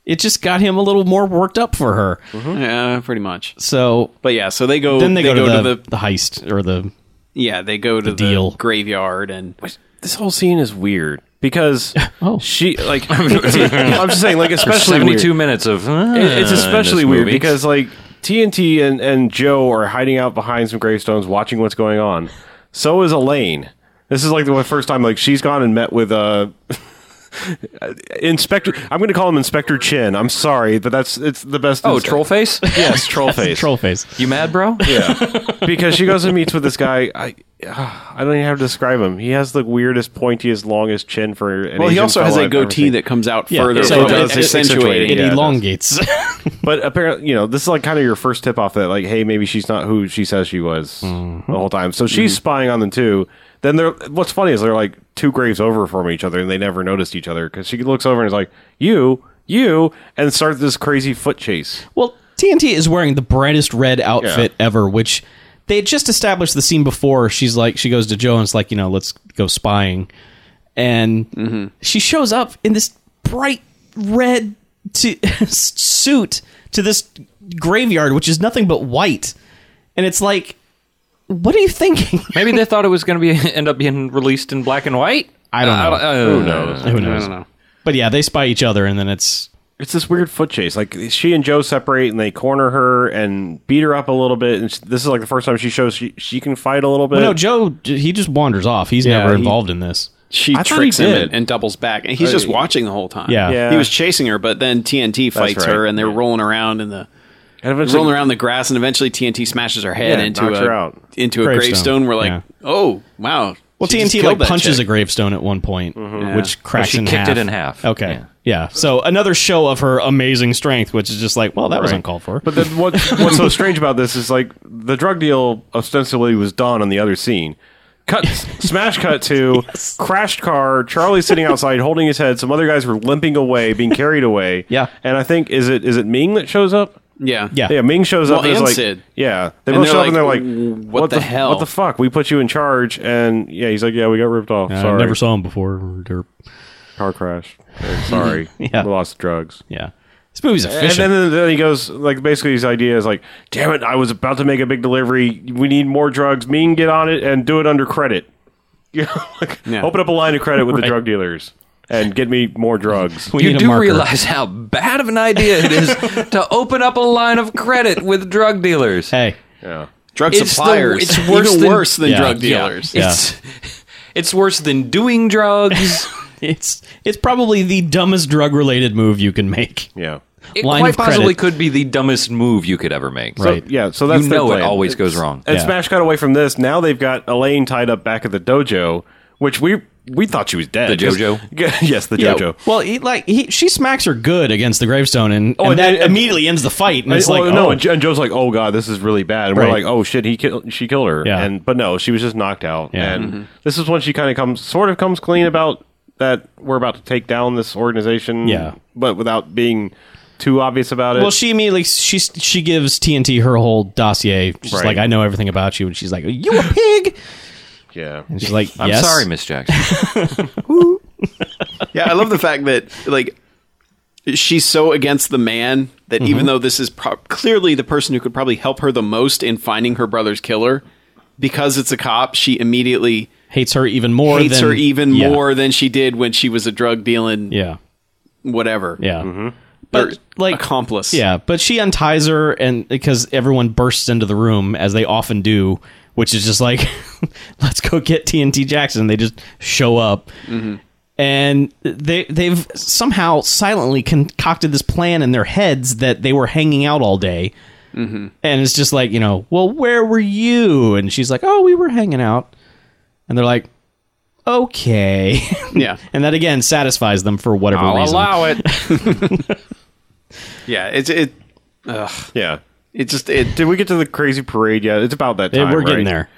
It just got him a little more worked up for her.
yeah, pretty much.
So
But yeah, so Mm-hmm. they go.
then they, go, to, the,
to the
the, heist or the.
Yeah, they go to the,
deal.
graveyard and
This whole scene is weird because
Oh.
she, like, I'm just saying, like, especially
Seventy
weird.
two minutes of uh,
It- it's
in this
especially weird
movie.
because like TNT and, and Joe are hiding out behind some gravestones watching what's going on. So is Elaine. This is like the first time like she's gone and met with uh Inspector I'm gonna call him Inspector Chin. I'm sorry, but that's it's the best
oh troll face.
Yes, troll face.
Troll face.
You mad, bro?
Yeah. because she goes and meets with this guy. I uh, I don't even have to describe him. He has the weirdest, pointiest, longest chin for an
well, he
Asian
also has
fellow
a
I've ever
goatee
seen.
that comes out
Yeah,
further,
so
from
it
it,
does-
it's
accentuating.
It
Yeah, it does.
elongates.
But apparently, you know, this is like kind of your first tip off that like, hey, maybe she's not who she says she was the whole time. So she's spying on them too. Then they're what's funny is they're like two graves over from each other, and they never noticed each other because she looks over and is like, you, you, and starts this crazy foot chase.
Well, TNT is wearing the brightest red outfit ever, which they had just established the scene before. She's like, she goes to Joe and it's like, you know, let's go spying. And she shows up in this bright red to, suit to this graveyard, which is nothing but white. And it's like, what are you thinking?
Maybe they thought it was going to be end up being released in black and white.
I don't know.
Who knows?
Who
I
knows?
don't know.
But yeah, they spy each other, and then it's
it's this weird foot chase. Like she and Joe separate and they corner her and beat her up a little bit. And sh this is like the first time she shows she, she can fight a little bit.
no, Joe, he just wanders off. He's
Yeah,
never
he-
involved in this.
She
I thought he
tricks him
did.
and, and doubles back, and he's just watching the whole time.
Yeah. Yeah.
he was chasing her, but then TNT fights
right.
her, and they're rolling around in the
and eventually-
rolling around the grass, and eventually TNT smashes her head
Yeah,
into
knocks
a
her out.
into a
Gravestone.
gravestone. We're like,
Yeah.
oh wow.
Well,
She just
TNT
killed
like
that
punches
chick.
a gravestone at one point, which cracks
she
in half.
kicked it in half.
Okay, yeah.
Yeah.
So another show of her amazing strength, which is just like, well, that was
Right.
uncalled for.
But then what, what's so strange about this is like the drug deal ostensibly was done on the other scene. Cut, smash cut to crashed car. Charlie sitting outside holding his head. Some other guys were limping away, being carried away.
Yeah.
and I think is it is it Ming that shows up?
Yeah,
Yeah.
Yeah, Ming shows up.
Well,
there's
and
like,
Sid.
Yeah, they
And
both
they're
show up and they're
like,
like,
"What the hell?"
What the fuck? We put you in charge." And yeah, he's like, "Yeah, we got ripped off.
I
sorry,
never saw him before. Derp.
car crash. Uh, Sorry,
Yeah.
we lost the drugs."
Yeah, this movie's
And
efficient.
then, then he goes like basically his idea is like, damn it, I was about to make a big delivery. We need more drugs. Me and get on it and do it under credit. You know, like,
Yeah.
Open up a line of credit with the drug dealers and get me more drugs.
we
You
need a
do
marker.
realize how bad of an idea it is to open up a line of credit with drug dealers.
hey,
yeah.
drug
It's the-
suppliers.
it's worse
Even
than-
worse than
Yeah.
drug
Yeah.
dealers.
It's, it's worse than doing drugs.
it's it's probably the dumbest drug related move you can make.
Yeah.
It
Line
quite
of credit.
possibly could be the dumbest move you could ever make.
So,
Right.
yeah. So that's
you
their
know it
plan.
always goes wrong.
And
Yeah.
Smash got away from this. Now they've got Elaine tied up back at the dojo, which we we thought she was dead.
The
'cause-
JoJo?
yes, the
Yeah.
JoJo.
Well, he, like he, she smacks her good against the gravestone, and, and
and
that
then-
immediately ends the fight. And it's
Well,
like,
no,
oh,
and, Jo- and Joe's like, "Oh God, this is really bad." And
Right.
we're like, "Oh shit, he killed, she killed her."
Yeah.
And but no, she was just knocked out.
Yeah.
And this is when she kind of comes, sort of comes clean about that we're about to take down this organization.
Yeah.
but without being too obvious about it.
Well, she immediately she she gives TNT her whole dossier. She's
Right.
like, "I know everything about you," and she's like, "Are "You a pig?"
yeah,
And she's like,
I'm
"Yes."
sorry, Miss Jackson.
yeah, I love the fact that like she's so against the man that
Mm-hmm.
even though this is pro- clearly the person who could probably help her the most in finding her brother's killer, because it's a cop, she immediately
Hates her even more.
hates
than,
her even
Yeah.
more than she did when she was a drug dealing
Yeah,
whatever.
yeah,
Or
But, like-
accomplice.
yeah. But she unties her, and because everyone bursts into the room as they often do, which is just like, "Let's go get TNT Jackson." They just show up.
Mm-hmm.
And they they've somehow silently concocted this plan in their heads that they were hanging out all day,
Mm-hmm.
and it's just like you know well where were you and she's like oh we were hanging out and they're like okay
Yeah.
and that again satisfies them for whatever reason
it.
Yeah. It's it
yeah.
it just it
Did we get to the crazy parade yet? It's about that
Yeah,
time.
we're getting
right?
there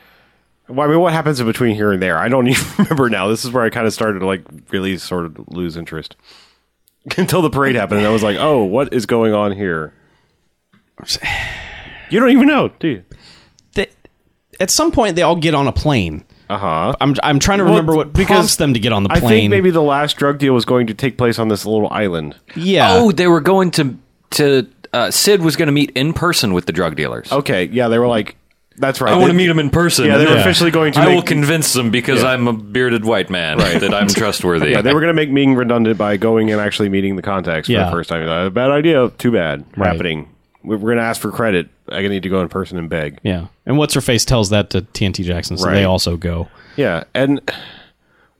Well, I mean, what happens in between here and there? I don't even remember now. This is where I kind of started to like really sort of lose interest until the parade happened, and I was like, "Oh, what is going on here?" You don't even know, do you?
They- at some point they all get on a plane
Uh huh.
i'm, I'm trying to remember what
because
prompts them to get on the
I
plane
think maybe the last drug deal was going to take place on this little island.
yeah
oh, they were going to to uh, Sid was going to meet in person with the drug dealers.
Okay, yeah, they were like, "That's right."
I want
They-
to meet him in person.
Yeah, they were officially going to.
I
make,
will convince them because I'm a bearded white man that I'm trustworthy.
Yeah, they were going to make Ming redundant by going and actually meeting the contacts for
Yeah.
the first time. Uh, Bad idea. Too bad.
Right.
Happening. We- We're going to ask for credit. I need to go in person and beg.
yeah and what's her face tells that to tnt jackson so they
Right.
also go
Yeah, and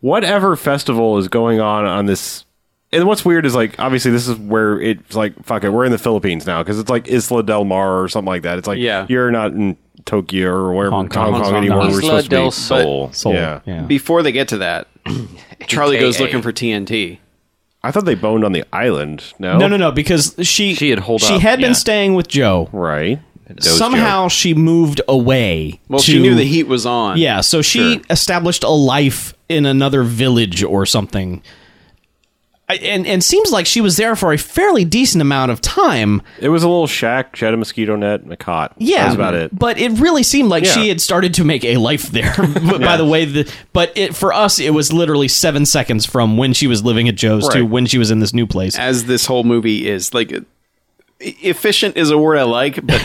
whatever festival is going on on this. And what's weird is like obviously this is where it's like fuck it we're in the Philippines now because it's like Isla del Mar or something like that. It's like
Yeah.
you're not in Tokyo or wherever Hong Kong,
Hong Kong,
anywhere
no.
we're
Isla
supposed to
del
be.
Sol.
Soul.
Yeah.
before they get to that, Charlie goes
AKA.
looking for TNT.
I thought they boned on the island. No,
no no no because she
She had holed
she
up,
had been
yeah.
staying with joe
right.
Joe.
somehow she moved away
Well, she
to-
knew the heat was on.
Yeah, so she established a life in another village or something. I- And and seems like she was there for a fairly decent amount of time.
It was a little shack. She had a mosquito net and a cot.
Yeah,
that was about it.
But it really seemed like
Yeah.
she had started to make a life there. But By the way, the, but it for us it was literally seven seconds from when she was living at Joe's to
Right.
when she was in this new place.
as this whole movie is. Like, e- efficient is a word I like, but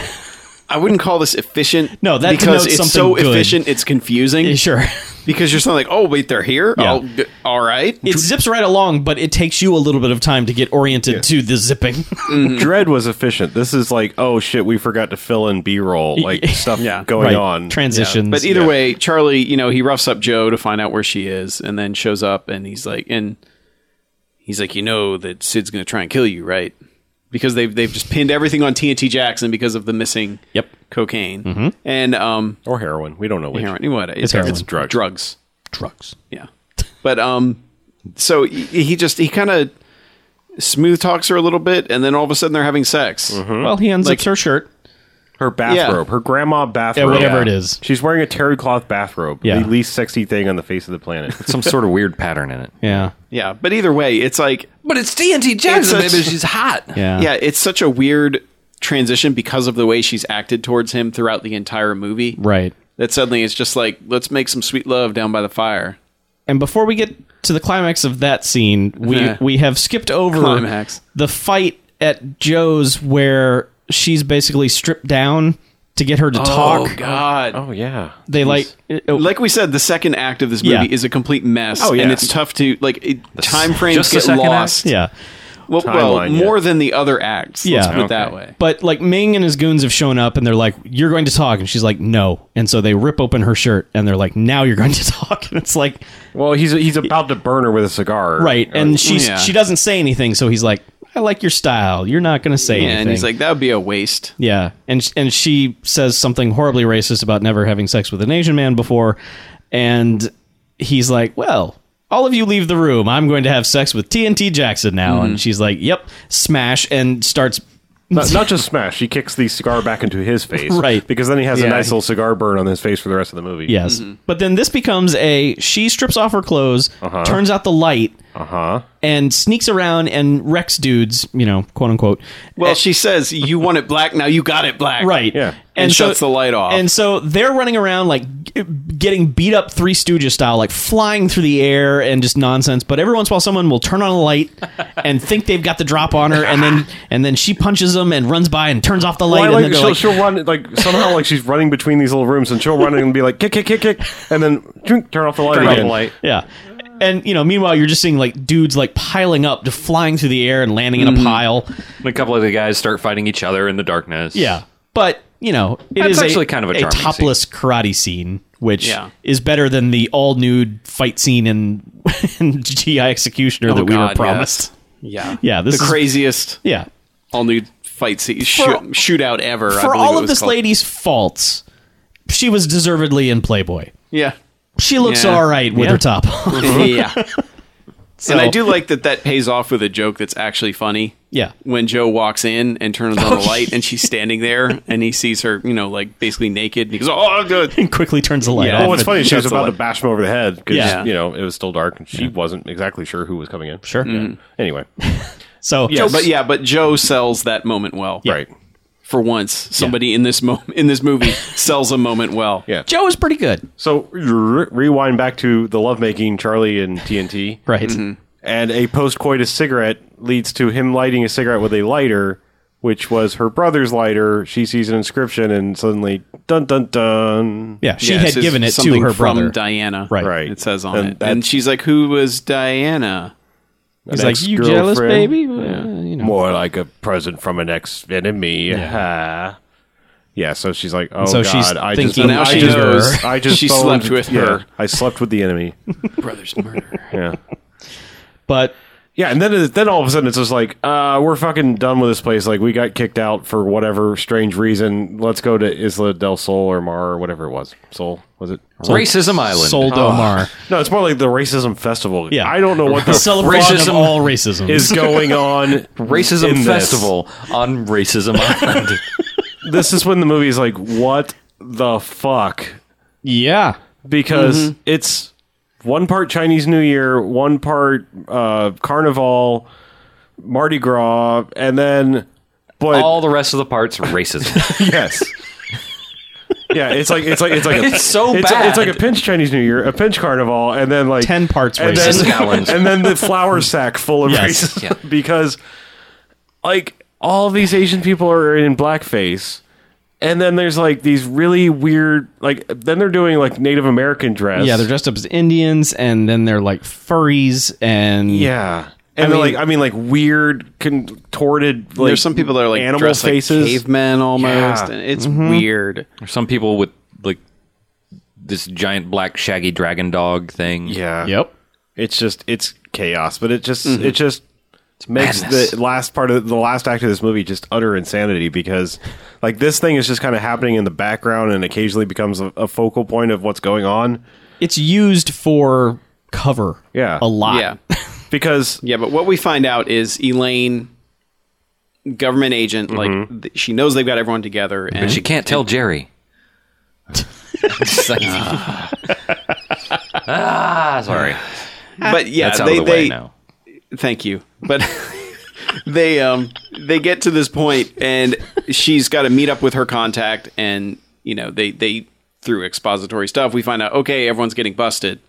I wouldn't call this efficient.
No, that
because
denotes
it's
something
so
good.
efficient, it's confusing.
Sure,
because you're something like, oh wait, they're here.
Yeah.
Oh, d- all right.
It zips right along, but it takes you a little bit of time to get oriented to the zipping.
Dread was efficient. This is like, oh shit, we forgot to fill in B roll, like stuff
Yeah.
going
Right.
on.
Transitions.
But either way, Charlie, you know, he roughs up Joe to find out where she is, and then shows up, and he's like, and he's like, you know that Sid's going to try and kill you, right? Because they've they've just pinned everything on TNT Jackson because of the missing
Yep. Mm-hmm.
cocaine and um
or heroin. We don't know which.
heroin. What it's,
heroin.
it's
Drugs.
drugs.
Drugs.
Yeah. But um so he- he just he kind of smooth talks her a little bit and then all of a sudden they're having sex.
Well, he unzips
Like-
Hmm. her shirt.
Her bathrobe, her grandma bathrobe.
whatever it is.
She's wearing a terry cloth bathrobe,
Yeah.
the least sexy thing on the face of the planet.
Some sort of weird pattern in it.
Yeah.
Yeah, but either way, it's like
But it's TNT Jackson,
It's such-
baby. She's hot.
Yeah.
yeah, it's such a weird transition because of the way she's acted towards him throughout the entire movie.
Right.
That suddenly it's just like let's make some sweet love down by the fire.
And before we get to the climax of that scene, we
Yeah.
we have skipped over
Climax.
the fight at Joe's where she's basically stripped down to get her to
Oh
talk.
god.
oh yeah,
They like oh,
Like we said, the second act of this movie
Yeah.
is a complete mess,
Oh, yeah.
and it's tough to like it, time frames
just the
get
second act?
lost.
yeah.
well, well
Timeline, yeah.
more than the other acts.
Yeah.
let's put it that way.
But like Ming and his goons have shown up and they're like, "You're going to talk," and she's like, "No." And so they rip open her shirt and they're like, "Now you're going to talk." And it's like,
Well, he's he's about to burn her with a cigar, Uh,
right? And she
Uh, yeah.
she doesn't say anything, so he's like, "I like your style. You're not going to say
Yeah,
anything."
and he's like, that would be a waste.
Yeah, and and she says something horribly racist about never having sex with an Asian man before, and he's like, "Well, all of you leave the room. I'm going to have sex with TNT Jackson now." And she's like, "Yep, smash," and starts.
Mm-hmm. not, not just smash. She kicks the cigar back into his face,
Right.
Because then he has a nice little cigar burn on his face for the rest of the movie.
Yes, but then this becomes a she strips off her clothes,
Uh-huh.
turns out the light,
uh huh.
and sneaks around and wrecks dudes. You know, quote unquote.
Well, she says, you want it black, now you got it black.
Right.
Yeah.
And shuts the light off.
And so they're running around like g- getting beat up Three Stooges style, like flying through the air and just nonsense. But every once in a while, someone will turn on a light and think they've got the drop on her, and then and then she punches them and runs by and turns off the light.
Well, I
and
like
then
she'll,
they're like,
she'll run like somehow like she's running between these little rooms and she'll run in and be like kick kick kick kick and then drink, turn off the light
Turn off
again.
the light.
yeah. And you know, meanwhile, you're just seeing like dudes like piling up, just flying through the air and landing
Mm-hmm.
in a pile.
And a couple of the guys start fighting each other in the darkness.
Yeah, but you know, it
That's
is a-
actually kind of a charming
topless karate scene, which
Yeah.
is better than the all nude fight scene in, in GI Executioner that we
Oh God,
were
yes.
promised.
yeah.
Yeah, this
the
is-
craziest
Yeah,
all new fight scene, shoot, shootout ever. I
for
believe
all
it
of
was
this
called.
lady's faults, she was deservedly in Playboy.
Yeah.
She looks
Yeah.
all right with her top on.
yeah.
So,
And I do like that that pays off with a joke that's actually funny.
Yeah. Oh,
When Joe walks in and turns on the light and she's standing there and he sees her, you know, like basically naked and he goes, oh, I'm good.
And quickly turns the light
Yeah.
off.
Well, it's
and-
funny. She was
That's a
about to
lot.
bash him over the head because
Yeah.
you know it was still dark and she wasn't exactly sure who was coming in.
Sure.
Anyway,
So
Joe- But yeah, but Joe sells that moment well.
right?
For once, somebody in this mo- in this movie sells a moment well.
Yeah.
Joe is pretty good,
So r- rewind back to the lovemaking Charlie and TNT,
right?
Mm-hmm.
and a post-coitus cigarette leads to him lighting a cigarette with a lighter, which was her brother's lighter. She sees an inscription and suddenly dun dun dun.
Yeah, she
Yeah,
had
says
given it to
something
her
from
brother.
Diana.
Right.
Right.
It says on
And
it.
that-
And she's like, Who was Diana?
He's like, "You jealous, baby?" Well, you know.
More like a present from an ex-enemy. Yeah. Yeah, so she's like, oh
so
god,
she's
I just,
thinking-
I
Now she
just,
knows
I just
she
phoned-
slept with
yeah,
her.
I slept with the enemy.
Brother's murder.
Yeah,
But
yeah, and then it- then all of a sudden it's just like, uh, we're fucking done with this place. Like we got kicked out for whatever strange reason. Let's go to Isla del Sol or Mar or whatever it was. Sol was it?
Racism Island.
Sol
Ah.
Domar,
No, it's more like the racism festival.
Yeah.
I don't know what
the
the
celebration of
Racism
all racism,
is going on. in
Racism
this.
Festival on Racism Island.
This is when the movie is like, what the fuck?
yeah.
because it's one part Chinese New Year, one part uh, Carnival, Mardi Gras, and then but
All the rest of the parts are racism.
yes. Yeah, it's like it's like it's like a,
It's so
it's,
bad.
it's like a pinch Chinese New Year, a pinch Carnival, and then like
10 parts
and
racist.
then, and then the flour sack full of
Yes.
racism because like all these Asian people are in blackface, And then there's like these really weird, like then they're doing like Native American dress.
Yeah, they're dressed up as Indians, and then they're like furries, and
yeah. And they're
mean-
like, I mean, like weird contorted. Like,
There's some people that are like
animal
dressed
faces.
like cavemen almost,
Yeah.
and it's
Mm-hmm.
weird.
Or some people with like this giant black shaggy dragon dog thing.
yeah,
yep.
It's just it's chaos, but it just
Mm-hmm.
it just makes
madness.
the last part of the last act of this movie just utter insanity because like this thing is just kind of happening in the background and occasionally becomes a, a focal point of what's going on.
It's used for cover.
Yeah.
a lot.
Yeah,
Because
yeah. But what we find out is Elaine, government agent, like th- she knows they've got everyone together, and
Mm-hmm. But she can't tell Jerry. It's like- ah, sorry.
Ah.
but yeah,
That's out
they
of the
they
way now.
thank you, but. They um they get to this point and she's got to meet up with her contact and you know they they through expository stuff we find out okay everyone's getting busted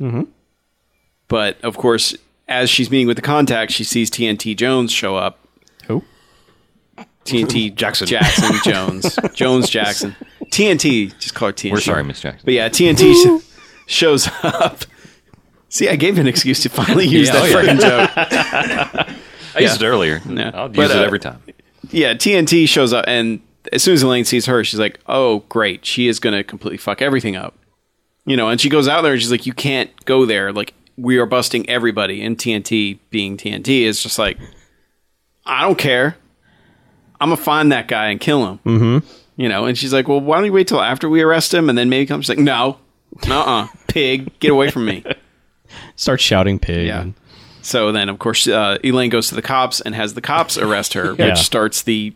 but of course as she's meeting with the contact she sees TNT Jones show up
Who?
TNT
Jackson.
Jackson Jones. Jones Jackson. TNT. Just call her TNT.
We're sorry, Miss Jackson.
But yeah, TNT sh- shows up. See, I gave an excuse to finally use
Yeah,
that
oh,
freaking joke.
I used it earlier.
Yeah.
I'll use
But,
it
uh,
every time.
Yeah, TNT shows up, and as soon as Elaine sees her, she's like, oh, great. She is going to completely fuck everything up. You know, and she goes out there and she's like, you can't go there. Like, we are busting everybody. And TNT, being TNT, is just like, I don't care. I'm gonna find that guy and kill him. Mm-hmm. You know, and she's like, "Well, why don't you wait till after we arrest him and then maybe come?" She's like, "No, uh, uh pig, get away from me."
Start shouting pig.
Yeah. So then, of course, uh, Elaine goes to the cops and has the cops arrest her,
Yeah.
which starts the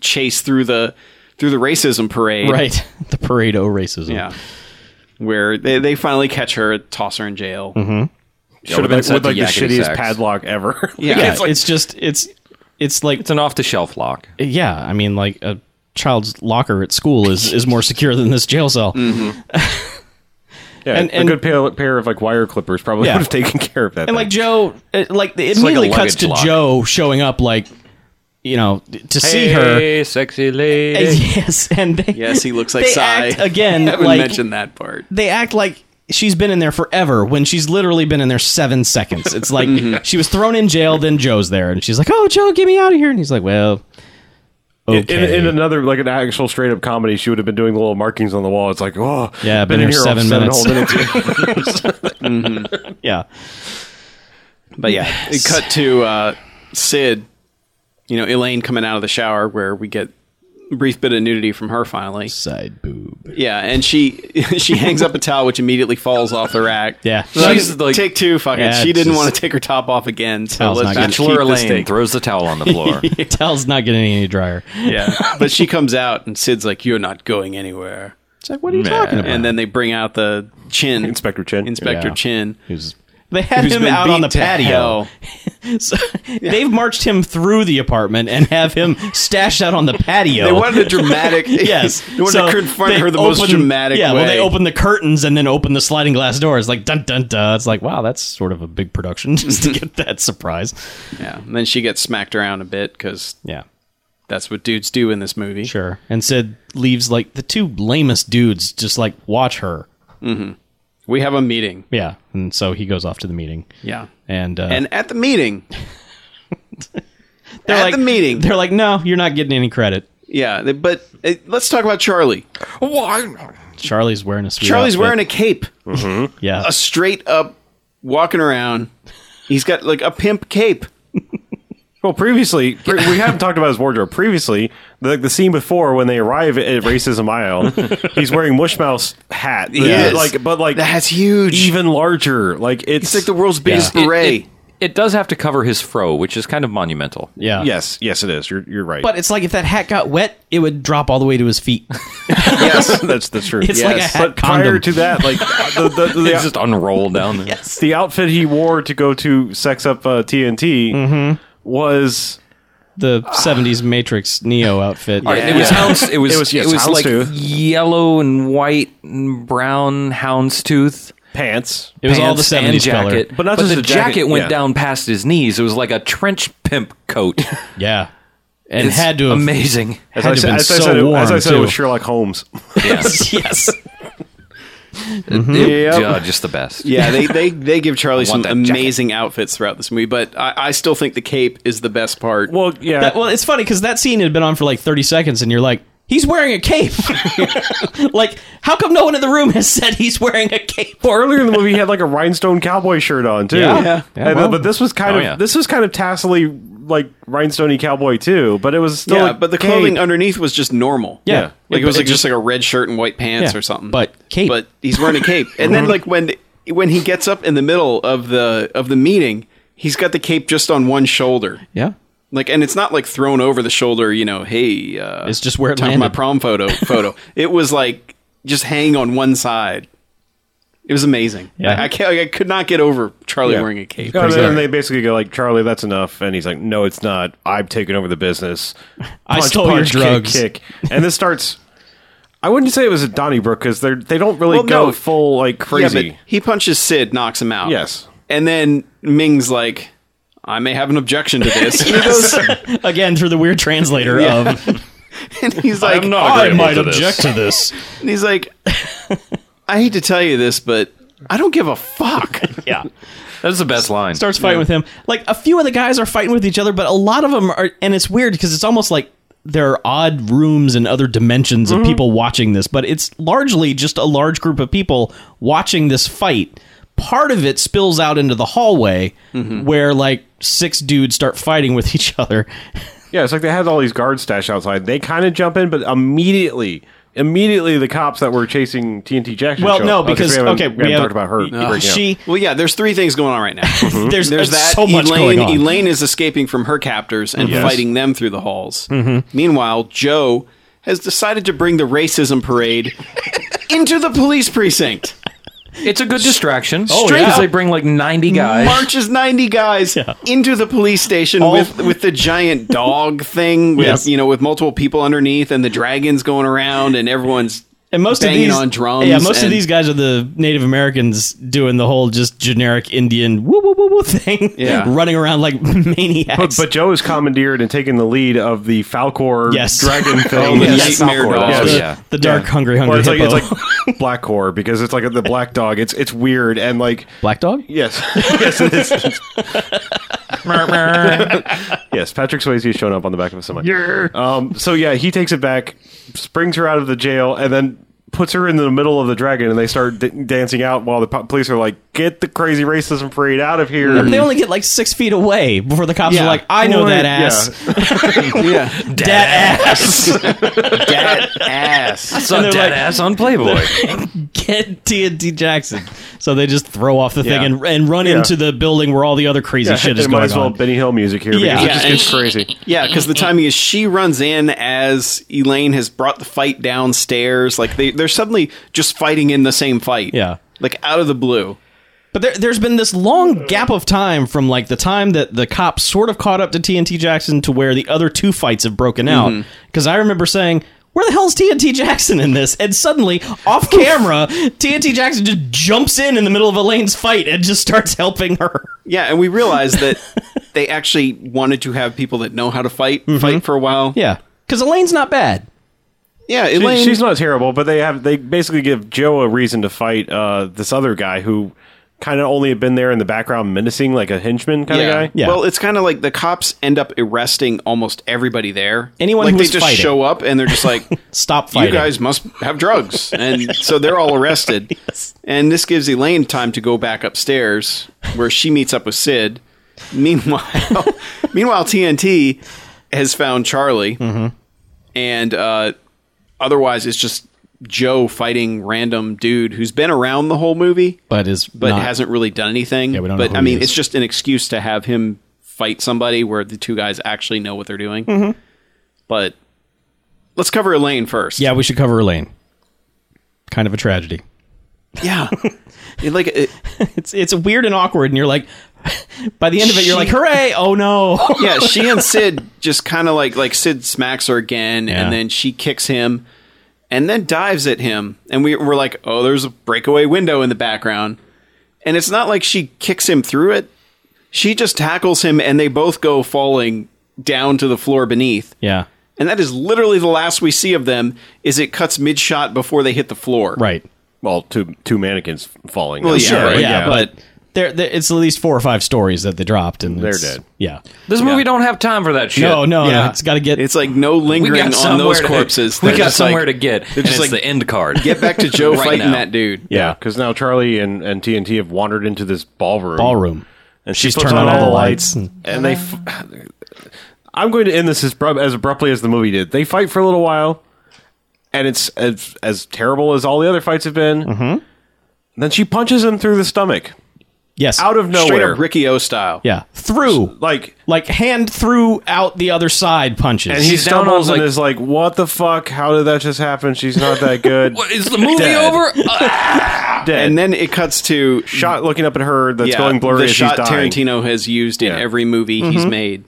chase through the through the racism parade.
Right. The parade o racism.
Yeah. Where they, they finally catch her, toss her in jail.
Mm-hmm.
should have been
sent
with
to
like the
Yakety
shittiest
Sax.
padlock ever.
Yeah.
Yeah,
It's
it's,
like-
just it's it's like
It's an off-the-shelf lock.
yeah. I mean, like a child's locker at school is is more secure than this jail cell.
yeah,
And-
a
and-
good pair, pair of like wire clippers probably
Yeah.
would have taken care of that.
And
thing.
like Joe, it, like it
like a
immediately cuts
luggage
to
lock.
Joe showing up, like you know, to see her.
Hey, sexy lady.
Yes, and they,
Yes, he looks like
they
Psy.
act again.
I haven't
like
mentioned that part.
they act like she's been in there forever when she's literally been in there seven seconds. It's like she was thrown in jail, then Joe's there, and she's like, "Oh, Joe, get me out of here!" And he's like, "Well, okay."
In, in another, like an actual straight up comedy, she would have been doing the little markings on the wall. It's like, oh,
Yeah, I've been
in
here
all
seven minutes.
whole minutes.
yeah,
But yeah, it cut to uh, Sid, you know, Elaine coming out of the shower where we get a brief bit of nudity from her finally.
side boob.
Yeah, and she she hangs up a towel which immediately falls off the rack.
Yeah.
She's
She's
like
like-
take two fucking.
Yeah,
she didn't
just-
want to take her top off again. So
Towel's
let's
not
just
Bachelor
keep this
Elaine
thing.
throws the towel on the floor.
Tell's not getting any drier.
Yeah. But she comes out and Sid's like you're not going anywhere.
It's like, what are you talking about?
And then they bring out the chin
Inspector Chin.
Inspector
Yeah.
Chin.
He was- they had
who's
him
been
out on the
beat to
patio.
hell.
So, They've marched him through the apartment and have him stashed out on the patio.
They wanted a dramatic.
yes.
they wanted
so
to confront
they
her the most
open-
dramatic
Yeah,
way.
well, they open the curtains and then open the sliding glass doors. Like dun dun dun. It's like wow, that's sort of a big production just to get that surprise.
Yeah, and then she gets smacked around a bit because
Yeah,
that's what dudes do in this movie.
sure. And Sid leaves like the two lamest dudes just like watch her.
We have a meeting.
Yeah, and so he goes off to the meeting.
Yeah.
And, uh,
And at the meeting,
they're
at
like
the meeting.
They're like, no, you're not getting any credit.
yeah, they- but uh, let's talk about Charlie.
Charlie's wearing a sweet
Charlie's
outfit.
wearing a cape,
yeah.
a straight up walking around. He's got like a pimp cape.
Well, previously pre- we haven't talked about his wardrobe. Previously, the, the scene before when they arrive at Racism Isle, he's wearing Mushmouse hat.
He
Yeah,
is.
like, but like
That's huge.
even larger. Like it's
It's like the world's biggest
It-
beret.
It, it does have to cover his fro, which is kind of monumental.
yeah.
yes, yes, it is. You're you're right.
But it's like if that hat got wet, it would drop all the way to his feet.
yes, that's the truth.
It's
yes.
like a hat
but prior
condom.
to that, like the the, the,
It's just unrolled down there.
the outfit he wore to go to sex up uh, TNT
Mm-hmm.
was
the 70s Matrix Neo outfit.
All right, It was hounds. It was
It was-
it was,
yes,
like
houndstooth.
yellow and white and brown houndstooth.
pants.
It was all the
pants and
70s color.
jacket,
But not just
the
the jacket,
jacket, went
yeah.
down past his knees. It was like a trench pimp coat.
Yeah. and
It's
had to have
amazing.
As
Had
I,
to
said,
have been
as,
so
I said,
warm
as I said, it
too.
was Sherlock Holmes.
Yes.
yes.
Yep.
Yeah, just the best.
Yeah, they, they, they give Charlie some
that jacket.
amazing outfits throughout this movie, but I, I still think the cape is the best part.
Well, yeah.
That- well, it's funny because that scene had been on for like 30 seconds, and you're like, he's wearing a cape. like, how come no one in the room has said he's wearing a cape?
well, earlier in the movie, he had like a rhinestone cowboy shirt on too.
Yeah. Yeah.
And then-
well.
but this was kind
Oh,
of
yeah.
this was kind of tacitly like rhinestoney cowboy too. But it was still
yeah,
like,
but the
hey,
clothing underneath was just normal.
Yeah.
like
Yeah,
it was
but
like
it
just, like a red shirt and white pants
Yeah,
or something.
but cape.
But he's wearing a cape, and then like when when he gets up in the middle of the of the meeting, he's got the cape just on one shoulder.
Yeah.
Like, and it's not like thrown over the shoulder. You know, hey, uh,
It's just where it
time for my
landed.
prom photo. Photo. it was like just hang on one side. It was amazing.
Yeah.
I, I, can't, I could not get over Charlie
Yeah.
wearing a cape.
No, and then they basically go like, "Charlie, that's enough," and he's like, "No, it's not. I'm taking over the business.
I stole your drugs."
Kick, kick. And this starts. I wouldn't say it was a Donnybrook because they they don't really
Well,
go
no.
full like crazy.
Yeah, but he punches Sid, knocks him out.
Yes.
And then Ming's like, I may have an objection to this. He goes-
Again, through the weird translator of,
and he's like,
I'm not agreeable to this.
to this.
and he's like, I hate to tell you this, but I don't give a fuck.
yeah.
That's the best line.
Starts fighting with him. Like, a few of the guys are fighting with each other, but a lot of them are, and it's weird because it's almost like there are odd rooms and other dimensions of people watching this, but it's largely just a large group of people watching this fight. Part of it spills out into the hallway where, like, six dudes start fighting with each other.
Yeah, it's like they had all these guards stashed outside. They kind of jump in, but immediately, immediately the cops that were chasing TNT Jackson.
Well,
show
no,
up. Oh,
because,
we haven't,
okay,
we haven't
we
talked about her. breaking up.
She,
Well, yeah, there's three things going on right now.
Mm-hmm. there's,
There's that.
so much
Elaine,
going on.
Elaine is escaping from her captors and
Yes.
fighting them through the halls.
Mm-hmm.
Meanwhile, Joe has decided to bring the racism parade into the police precinct.
It's a good distraction.
Oh,
Straight
yeah.
as they bring like 90 guys.
marches 90 guys into the police station with with the giant dog thing with
Yes.
you know with multiple people underneath and the dragons going around and everyone's
and most of
banging
these
on drums
Yeah, most of
and-
these guys are the Native Americans doing the whole just generic Indian woo woo woo woo thing.
Yeah.
running around like maniacs.
But, but Joe is commandeered and taking the lead of the Falcor
Yes.
dragon
Oh,
thing.
the
Yes.
nightmare
Falcor,
dog.
that's
Yeah.
the,
yeah.
the dark hungry hungry
Or it's like
hippo.
it's like black core because it's like the black dog. It's it's weird and like
black dog.
yes yes it is. yes. Patrick Swayze is showing up on the back of a semi. Um. So yeah, he takes it back, springs her out of the jail, and then puts her in the middle of the dragon, and they start d- dancing out while the po- police are like, "Get the crazy racism parade out of here."
They only get like six feet away before the cops are
Yeah.
like, "I know
Boy,
that
yeah.
ass,
yeah
that ass."
that ass
Some
and they're
dead
like-
ass on Playboy.
get TNT Jackson. So they just throw off the
Yeah.
thing and, and run
Yeah.
into the building where all the other crazy shit is
it might
going
as well
on.
Benny Hill music here
Yeah.
because it
Yeah,
just
and-
gets crazy.
yeah because the timing is she runs in as elaine has brought the fight downstairs like they, they're suddenly just fighting in the same fight
Yeah.
like out of the blue
But there, there's been this long gap of time from like the time that the cops sort of caught up to TNT Jackson to where the other two fights have broken out. Because I remember saying, "Where the hell's TNT Jackson in this?" And suddenly, off camera, TNT Jackson just jumps in in the middle of Elaine's fight and just starts helping her.
Yeah, and we realized that they actually wanted to have people that know how to fight fight for a while.
Yeah, because Elaine's not bad.
yeah.
She-
Elaine,
she's not terrible, but they have they basically give Joe a reason to fight uh, this other guy who kind of only had been there in the background menacing, like a henchman kind of guy.
Yeah.
Well, it's kind of like the cops end up arresting almost everybody there.
Anyone
like
who
they
was
just
fighting.
show up and they're just like,
Stop
"You
fighting.
guys must have drugs," and so they're all arrested. And this gives Elaine time to go back upstairs where she meets up with Sid. Meanwhile, meanwhile TNT has found Charlie,
Mm-hmm.
and uh, otherwise it's just Joe fighting random dude who's been around the whole movie
but is
but
not-
hasn't really done anything.
Yeah, we don't know
but
who
I
he
mean,
is.
it's just an excuse to have him fight somebody where the two guys actually know what they're doing. But let's cover Elaine first.
Yeah, we should cover Elaine. Kind of a tragedy.
yeah. It- like uh, it,
It's it's weird and awkward, and you're like, by the end of it, you're like,
She-
"Hooray! Oh no!"
yeah, she and Sid just kind of like like Sid smacks her again,
Yeah.
and then she kicks him, and then dives at him, and we we're like, oh, there's a breakaway window in the background, and it's not like she kicks him through it. She just tackles him, and they both go falling down to the floor beneath.
Yeah.
And that is literally the last we see of them is it cuts mid shot before they hit the floor.
Right.
Well, two two mannequins falling.
Well,
down.
yeah,
Sure,
right,
yeah,
yeah.
but there, there- it's at least four or five stories that they dropped, and
They're
it's-
dead.
Yeah.
This movie don't have time for that shit.
No, no,
Yeah.
no. It's got to get.
It's like no
we
lingering
got
on
somewhere
those
to-
corpses.
we
They're
got
just like,
somewhere to get.
They're
and
just
it's
like
the end card.
get back to Joe
Right
fighting
now.
that dude.
Yeah, because now Charlie and, and TNT have wandered into this ballroom.
ballroom.
and
She's
puts
turning on all the lights.
and,
and-
they. F- I'm going to end this as, abrupt, as abruptly as the movie did. They fight for a little while, and it's as, as terrible as all the other fights have been. Mm-hmm. Then she punches him through the stomach
yes.
out of
Straight
nowhere,
up Ricky O style.
Yeah. Through.
like.
Like hand through out the other side punches.
And he
She's down on,
stumbles and
like-
is like, "What the fuck? How did that just happen? She's not that good."
What, is the movie
Dead.
over? Uh,
Dead.
And then it cuts to
shot looking up at her. That's
yeah,
going blurry.
the
as she's
shot
dying.
Tarantino has used in
Yeah.
every movie he's
Mm-hmm.
made.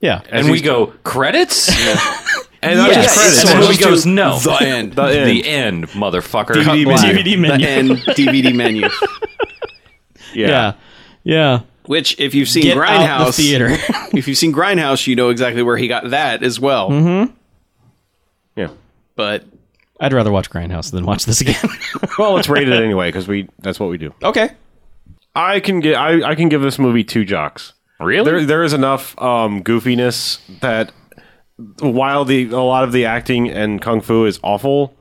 yeah.
and we go credits.
And that was
Yes.
just credits.
It's
And
It was
he
just
goes,
to
"No,
the end.
The end.
the end, motherfucker."
DVD
Cut
menu.
black.
DVD menu.
The end DVD menu.
yeah.
yeah. Yeah.
Which, if you've seen
Get
Grindhouse,
out the theater.
if you've seen Grindhouse, you know exactly where he got that as well.
Mm-hmm.
Yeah.
But
I'd rather watch Grindhouse than watch this again.
Well, it's rated anyway because we that's what we do.
okay.
I can get I, I can give this movie two jocks.
Really?
There there is enough um, goofiness that while the a lot of the acting and kung fu is awful,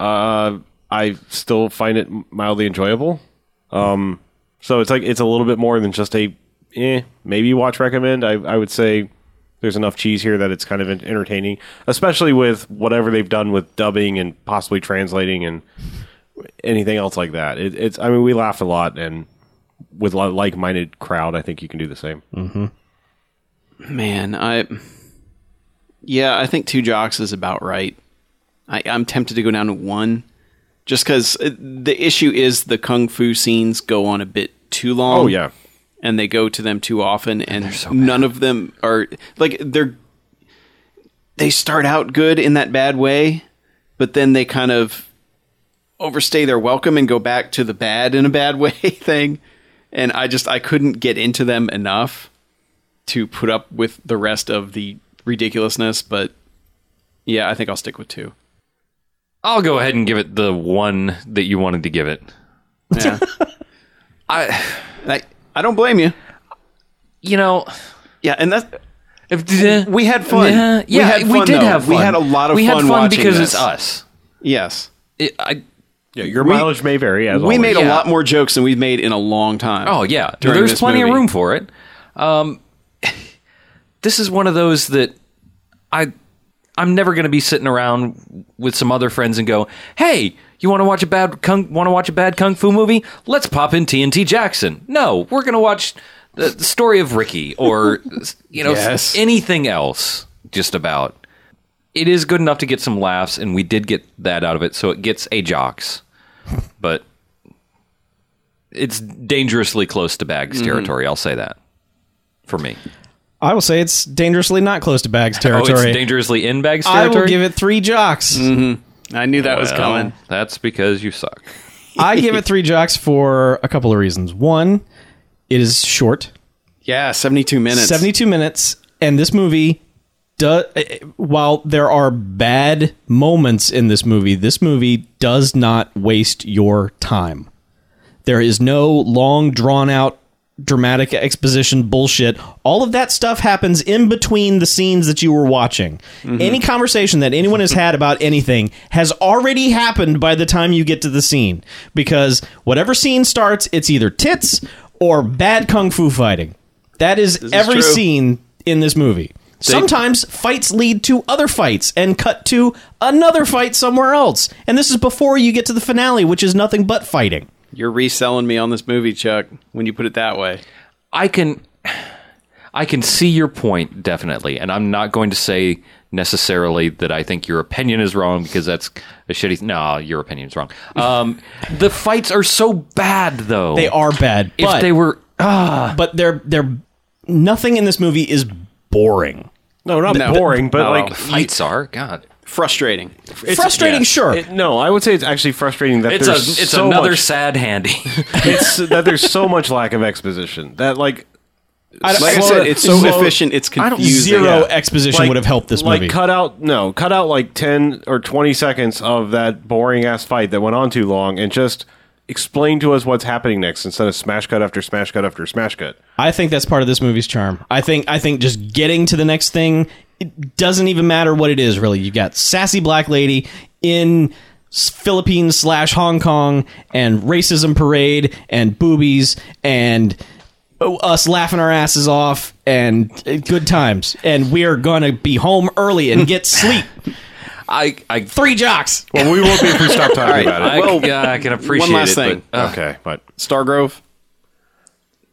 uh, I still find it mildly enjoyable. Um, so it's like it's a little bit more than just a eh maybe watch recommend. I I would say there's enough cheese here that it's kind of en- entertaining, especially with whatever they've done with dubbing and possibly translating and anything else like that. It, it's I mean we laughed a lot and with a like-minded crowd, I think you can do the same.
Mm-hmm.
man, I yeah, I think two jocks is about right. I, I'm tempted to go down to one, just because the issue is the kung fu scenes go on a bit too long.
Oh yeah,
and they go to them too often and, none of them are like they're they start out good in that bad way but then they kind of overstay their welcome and go back to the bad in a bad way thing and i just i couldn't get into them enough to put up with the rest of the ridiculousness but yeah i think i'll stick with two
I'll go ahead and give it the one that you wanted to give it.
yeah
I,
I, I don't blame you
you know,
yeah and that's
if
eh, we had fun.
Yeah,
We
yeah,
had
we
fun,
did
though.
have. Fun.
We had a lot of
we
fun
had fun
watching
because
this.
it's us.
yes
It, I,
yeah. Your
We-
mileage may vary. As
we made a
yeah.
lot more jokes than we've made in a long time.
Oh yeah,
during
there's
this
plenty of
movie.
room for it. Um, this is one of those that I I'm never going to be sitting around with some other friends and go, "Hey, you want to watch a bad kung want to watch a bad kung fu movie? Let's pop in TNT Jackson." No, we're going to watch the, the story of Ricky or you know
Yes.
anything else. Just about it is good enough to get some laughs, and we did get that out of it, so it gets a jocks, but it's dangerously close to
Mm-hmm.
bags territory. I'll say that for me.
I will say it's dangerously not close to bags
Oh,
territory.
it's dangerously in bags
I
territory.
will give it three jocks.
I knew that was
Well,
coming.
That's because you suck.
I give it three jocks for a couple of reasons. One, it is short,
Yeah, seventy-two minutes.
72 minutes, and this movie does. eh, While there are bad moments in this movie, this movie does not waste your time. There is no long, drawn out, dramatic exposition bullshit. All of that stuff happens in between the scenes that you were watching. Any conversation that anyone has had about anything has already happened by the time you get to the scene because whatever scene starts, it's either tits or bad kung fu fighting. That is every
true.
scene in this movie. Sometimes fights lead to other fights and cut to another fight somewhere else. And this is before you get to the finale, which is nothing but fighting.
You're reselling me on this movie, Chuck. When you put it that way,
I can I can see your point definitely, and I'm not going to say necessarily that I think your opinion is wrong because that's a shitty. No, your opinion is wrong. Um, the fights are so bad though.
They are bad,
If
but
they were,
but they're they're nothing in this movie is boring.
no, not boring, but
no.
like
fights are God.
frustrating.
Frustrating,
yeah.
sure.
it- no, I would say it's actually frustrating that
It's a
there's
it's
so
another
much,
sad handy.
it's that there's so much lack of exposition that like
I don't-
Like I
slow
said,
it-
it's so
slow-
efficient. It's
I don't-
confusing.
Zero
Yeah.
exposition would have helped this
like
movie.
cut out no, cut out like ten or twenty seconds of that boring ass fight that went on too long, and just explain to us what's happening next instead of smash cut after smash cut after smash cut.
I think that's part of this movie's charm. I think I think just getting to the next thing it doesn't even matter what it is really. You got sassy black lady in s- Philippines slash Hong Kong and racism parade and boobies and oh, us laughing our asses off and uh, good times and we're gonna be home early and get sleep.
I, I,
Three jocks.
Well, we won't be if we stop talking
right,
about
I,
it.
Well,
yeah, I can appreciate
one last
it,
thing.
but, uh,
okay, but
Stargrove.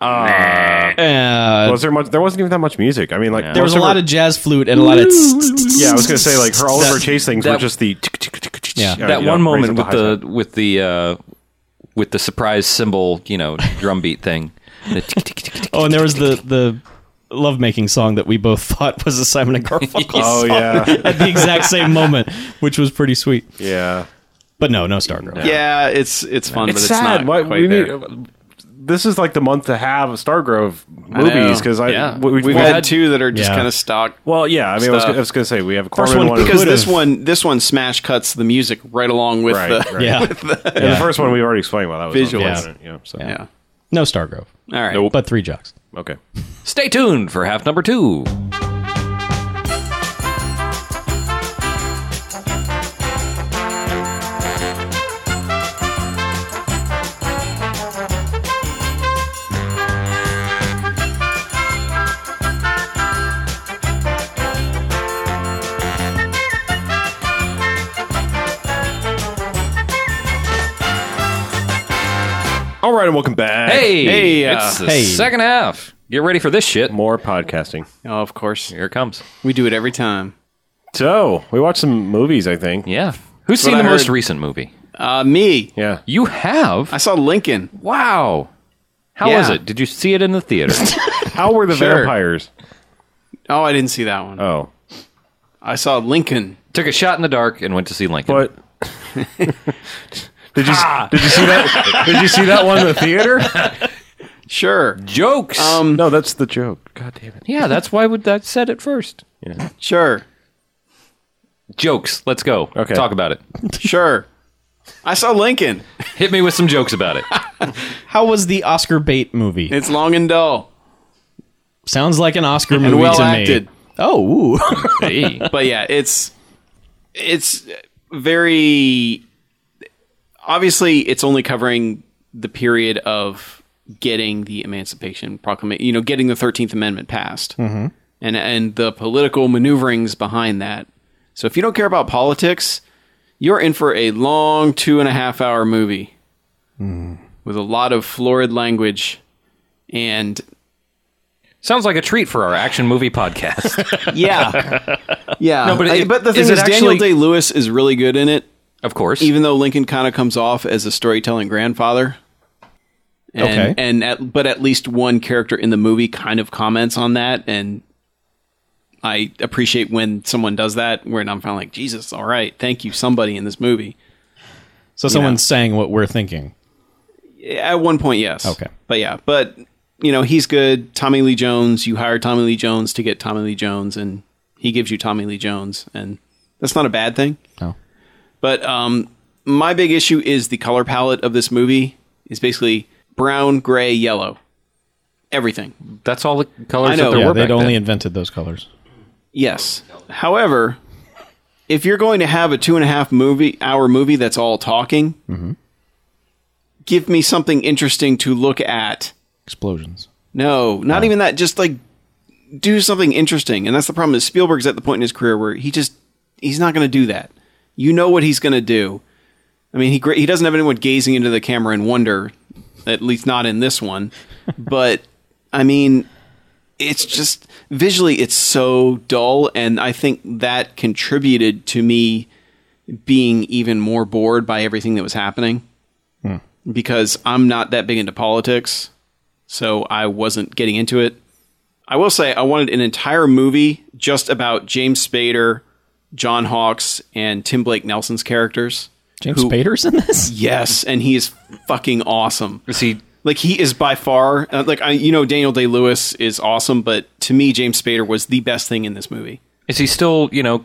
Uh,
was there much? There wasn't even that much music. I mean, like
There was
most
a lot
her-
of jazz flute and a lot of
yeah. I was gonna say like her all of her
That-
chase things were
that-
just the
Yeah.
you know,
that
raise up
one moment with
high
the,
side.
with the uh, with the surprise symbol, you know, drum beat thing. The tick, tick, tick, tick, tick.
Oh, and there was the the lovemaking song that we both thought was a Simon and Garfunkel
Oh
song
yeah,
at the exact same moment, which was pretty sweet.
yeah.
But no, no Stargirl.
Yeah, it's it's fun, but it's not
Why-
quite
we
there.
need- this is like the month to have Stargrove
know.
movies because I,
Yeah.
we-
we've,
we've
had, two that are just
Yeah.
kind of stock.
Well, yeah. I mean, I was,
stuff.
I was gonna say we have a
First
Corman
one
one
because
could've-
this one this one smash cuts the music right along with
right,
the
right.
Yeah.
And the first one we already explained why that was
Visuals.
on,
Yeah.
wasn't it? Yeah. So
yeah.
No Stargrove.
All right.
But three jocks.
okay.
Stay tuned for half number two.
All right, and welcome back.
Hey,
Hey, uh,
it's the
hey.
second half. Get ready for this shit.
more podcasting.
Oh, of course.
Here it comes.
We do it every time.
So we watched some movies. I think.
Yeah. Who's seen
what
the
I
most
heard.
recent movie?
Uh, me.
Yeah.
You have?
I saw Lincoln.
wow. How
Yeah.
was it? Did you see it in the theater?
How were the
Sure.
vampires?
Oh, I didn't see that one.
Oh,
I saw Lincoln.
Took a shot in the dark and went to see Lincoln.
but did you did you see that? Did you see that one in the theater?
Sure.
Jokes.
Um,
No, that's the joke. God damn it.
yeah, that's why would that said it first.
Sure.
Jokes. Let's go.
Okay.
Talk about it.
Sure. I saw Lincoln.
Hit me with some jokes about it.
How was the Oscar bait movie?
It's long and dull,
Sounds like an Oscar movie
well
to
acted.
me. Oh, ooh.
hey.
but yeah, it's it's very obviously it's only covering the period of getting the Emancipation Proclamation, you know, getting the Thirteenth Amendment passed, mm-hmm. and and the political maneuverings behind that. So if you don't care about politics, you're in for a long two and a half hour movie with a lot of florid language and
Sounds like a treat for our action movie podcast.
yeah yeah
No, but
I-
it-
but the
is
thing is,
it
daniel
actually-
day lewis is really good in it
Of course.
even though Lincoln kind of comes off as a storytelling grandfather. And,
Okay.
And at, but at least one character in the movie kind of comments on that, and I appreciate when someone does that. When I'm kind of like, Jesus, all right, thank you, somebody in this movie.
So someone's saying what we're thinking.
At one point, yes.
Okay.
But yeah, but you know he's good. Tommy Lee Jones. You hire Tommy Lee Jones to get Tommy Lee Jones, and he gives you Tommy Lee Jones, and that's not a bad thing.
Oh.
But um, my big issue is the color palette of this movie is basically brown, gray, yellow, everything.
That's all the colors
I know.
that there
Yeah,
were
Yeah,
back
they'd only
then.
invented those colors.
Yes. However, if you're going to have a two and a half movie hour movie that's all talking,
Mm-hmm.
give me something interesting to look at.
Explosions.
No, not even that. Just like do something interesting. And that's the problem is Spielberg's at the point in his career where he just he's not going to do that. You know what he's going to do. I mean, he gra- he doesn't have anyone gazing into the camera in wonder, at least not in this one. but I mean, it's just visually it's so dull and I think that contributed to me being even more bored by everything that was happening. Because I'm not that big into politics so I wasn't getting into it. I will say I wanted an entire movie just about James Spader, John Hawks, and Tim Blake Nelson's characters.
James
Who-
Spader's in this?
Yes, and he is fucking awesome.
Is he
Like he is by far uh, like I you know Daniel Day Lewis is awesome, but to me James Spader was the best thing in this movie.
Is he still, you know,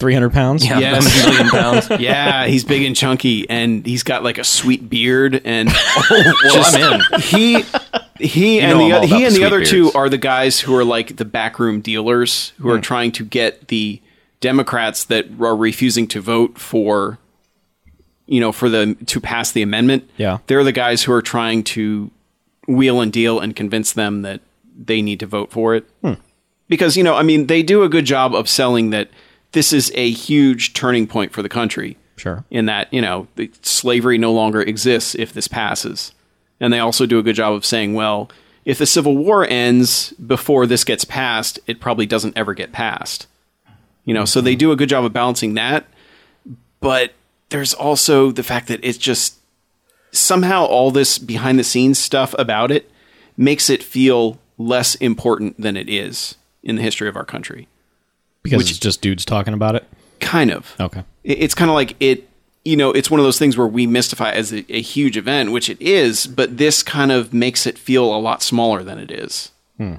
300 pounds?
yeah,
Yes.
a million pounds?
Yeah, he's big and chunky, and he's got like a sweet beard, and
Well, I'm in.
he he and
know I'm
the
all
oth- he
about the
and the
sweet
other
beards.
two are the guys who are like the backroom dealers who
Hmm.
are trying to get the Democrats that are refusing to vote for you know for the to pass the amendment.
Yeah.
they're the guys who are trying to wheel and deal and convince them that they need to vote for it. Because you know, I mean, they do a good job of selling that this is a huge turning point for the country
Sure.
in that you know the slavery no longer exists if this passes and they also do a good job of saying well if the civil war ends before this gets passed it probably doesn't ever get passed you know so they do a good job of balancing that but there's also the fact that it's just somehow all this behind the scenes stuff about it makes it feel less important than it is in the history of our country
Because
Which-
it's just dudes talking about it.
kind of
Okay.
it- it's kind of like it you know it's one of those things where we mystify it as a, a huge event which it is but this kind of makes it feel a lot smaller than it is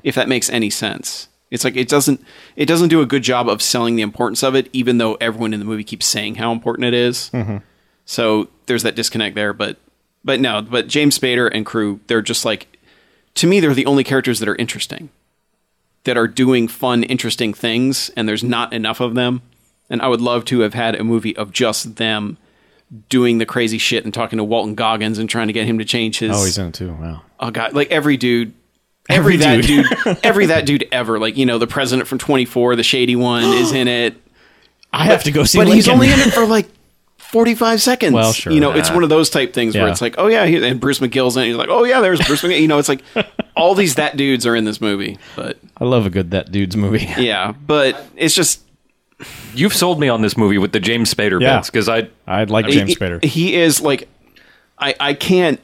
if that makes any sense it's like it doesn't it doesn't do a good job of selling the importance of it even though everyone in the movie keeps saying how important it is.
Mm-hmm.
so there's that disconnect there but but no but james spader and crew they're just like to me they're the only characters that are interesting that are doing fun, interesting things, and there's not enough of them. And I would love to have had a movie of just them doing the crazy shit and talking to Walton Goggins and trying to get him to change his.
Oh, he's in it too. Wow.
Oh, god, like every dude. Every, that dude, every that dude ever, like you know, the president from Twenty Four, the shady one, is in it.
I have to go see
but he's only in it for like forty-five seconds.
Well, sure.
you know, it's one of those type things
Yeah.
where it's like, oh yeah, he, and Bruce McGill's in it. You're like, oh yeah, there's Bruce McGill. You know, it's like all these that dudes are in this movie, but
I love a good that dude's movie.
yeah, but it's just
You've sold me on this movie with the James Spader
Yeah.
bits because I
I'd like
he-
James Spader.
He, is like, I I can't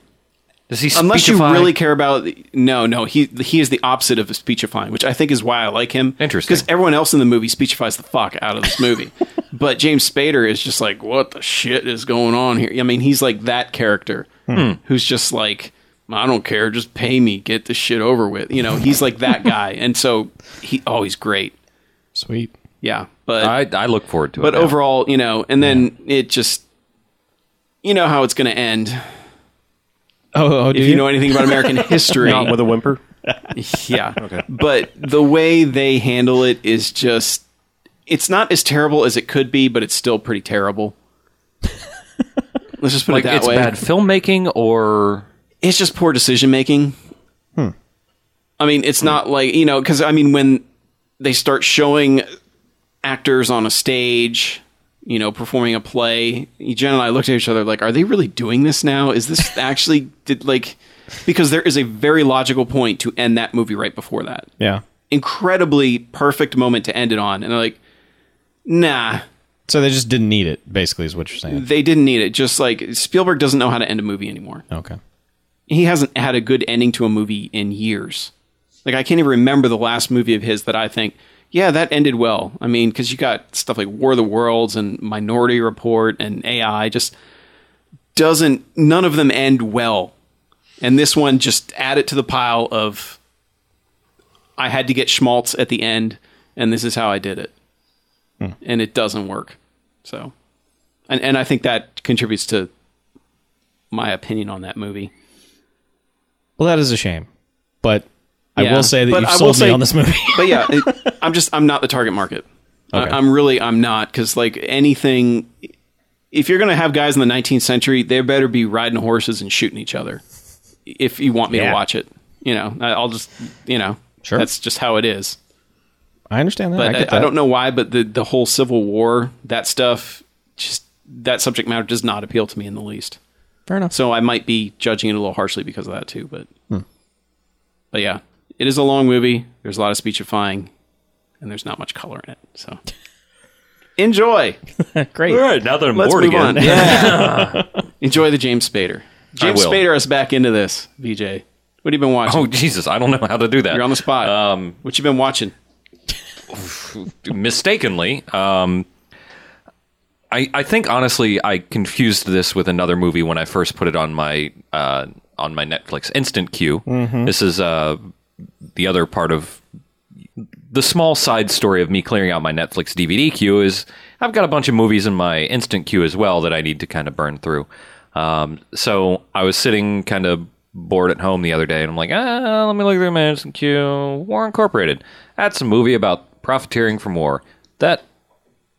does he
unless you
speechify?
really care about. No, no, he he is the opposite of speechifying, which I think is why I like him.
Interesting.
because everyone else in the movie speechifies the fuck out of this movie, but James Spader is just like, what the shit is going on here? I mean, he's like that character who's just like. I don't care. Just pay me. Get this shit over with. You know, he's like that guy, and so he. Oh, he's great.
Sweet.
Yeah, but
I, I look forward to it.
but
now.
overall, you know, and then it just, you know how it's going to end.
Oh, oh do
If you know anything about American history,
Not with a whimper.
yeah. But the way they handle it is just, it's not as terrible as it could be, but it's still pretty terrible. Let's just put
like
it that
it's
way.
bad filmmaking or
It's just poor decision making.
Hmm.
I mean, it's not like you know, because I mean, when they start showing actors on a stage, you know, performing a play, Jen and I looked at each other like, "Are they really doing this now? Is this actually did like?" Because there is a very logical point to end that movie right before that
Yeah.
incredibly perfect moment to end it on, and they're like, "Nah,
So they just didn't need it, basically, is what you're saying.
they didn't need it." Just like Spielberg doesn't know how to end a movie anymore.
Okay.
he hasn't had a good ending to a movie in years. Like I can't even remember the last movie of his that I think, yeah, that ended well. I mean, because you got stuff like War of the Worlds and Minority Report and AI, just doesn't none of them end well. And this one just add it to the pile of I had to get schmaltz at the end, and this is how I did it, and it doesn't work. So, and and I think that contributes to my opinion on that movie.
Well, that is a shame. But I
Yeah.
will say that
But
you've
I will
sold me
say-
on this movie.
but yeah, it, I'm just I'm not the target market.
Okay.
I, I'm really I'm not because like anything, if you're gonna have guys in the 19th century, they better be riding horses and shooting each other. If you want me
Yeah.
to watch it, you know, I- I'll just you know,
Sure.
that's just how it is.
I understand that. I,
But
get
I, I
that.
don't know why, but the the whole Civil War that stuff just that subject matter does not appeal to me in the least.
Fair enough.
So I might be judging it a little harshly because of that too. But but yeah, it is a long movie. There's a lot of speechifying, and there's not much color in it. So enjoy.
Great.
all right now that I'm
Let's
bored
move
again.
on. Yeah. enjoy the James Spader. James
will.
Spader is back into this. VJ, what have you been watching?
Oh Jesus, I don't know how to do that.
You're on the spot.
Um,
what you been watching?
mistakenly. Um, I I think honestly I confused this with another movie when I first put it on my uh, on my Netflix instant queue. This is uh, the other part of the small side story of me clearing out my Netflix DVD queue is I've got a bunch of movies in my instant queue as well that I need to kind of burn through. Um, so I was sitting kind of bored at home the other day, and I'm like, ah, let me look through my instant queue. War Incorporated. That's a movie about profiteering from war. That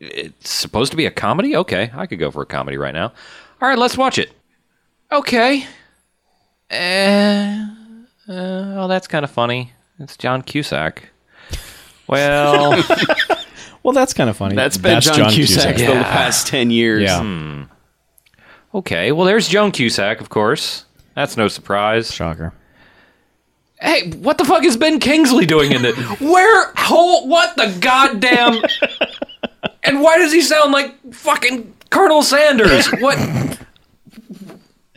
it's supposed to be a comedy. Okay, I could go for a comedy right now. All right, let's watch it. Okay. Eh, uh, oh, that's kind of funny. It's John Cusack. Well,
Well, that's kind of funny.
That's been John, Cusack, for the past 10 years.
Yeah.
okay. Well, there's Joan Cusack, of course. That's no surprise.
Shocker.
Hey, what the fuck is Ben Kingsley doing in it? Where? How, what the goddamn? and why does he sound like fucking Colonel Sanders? What?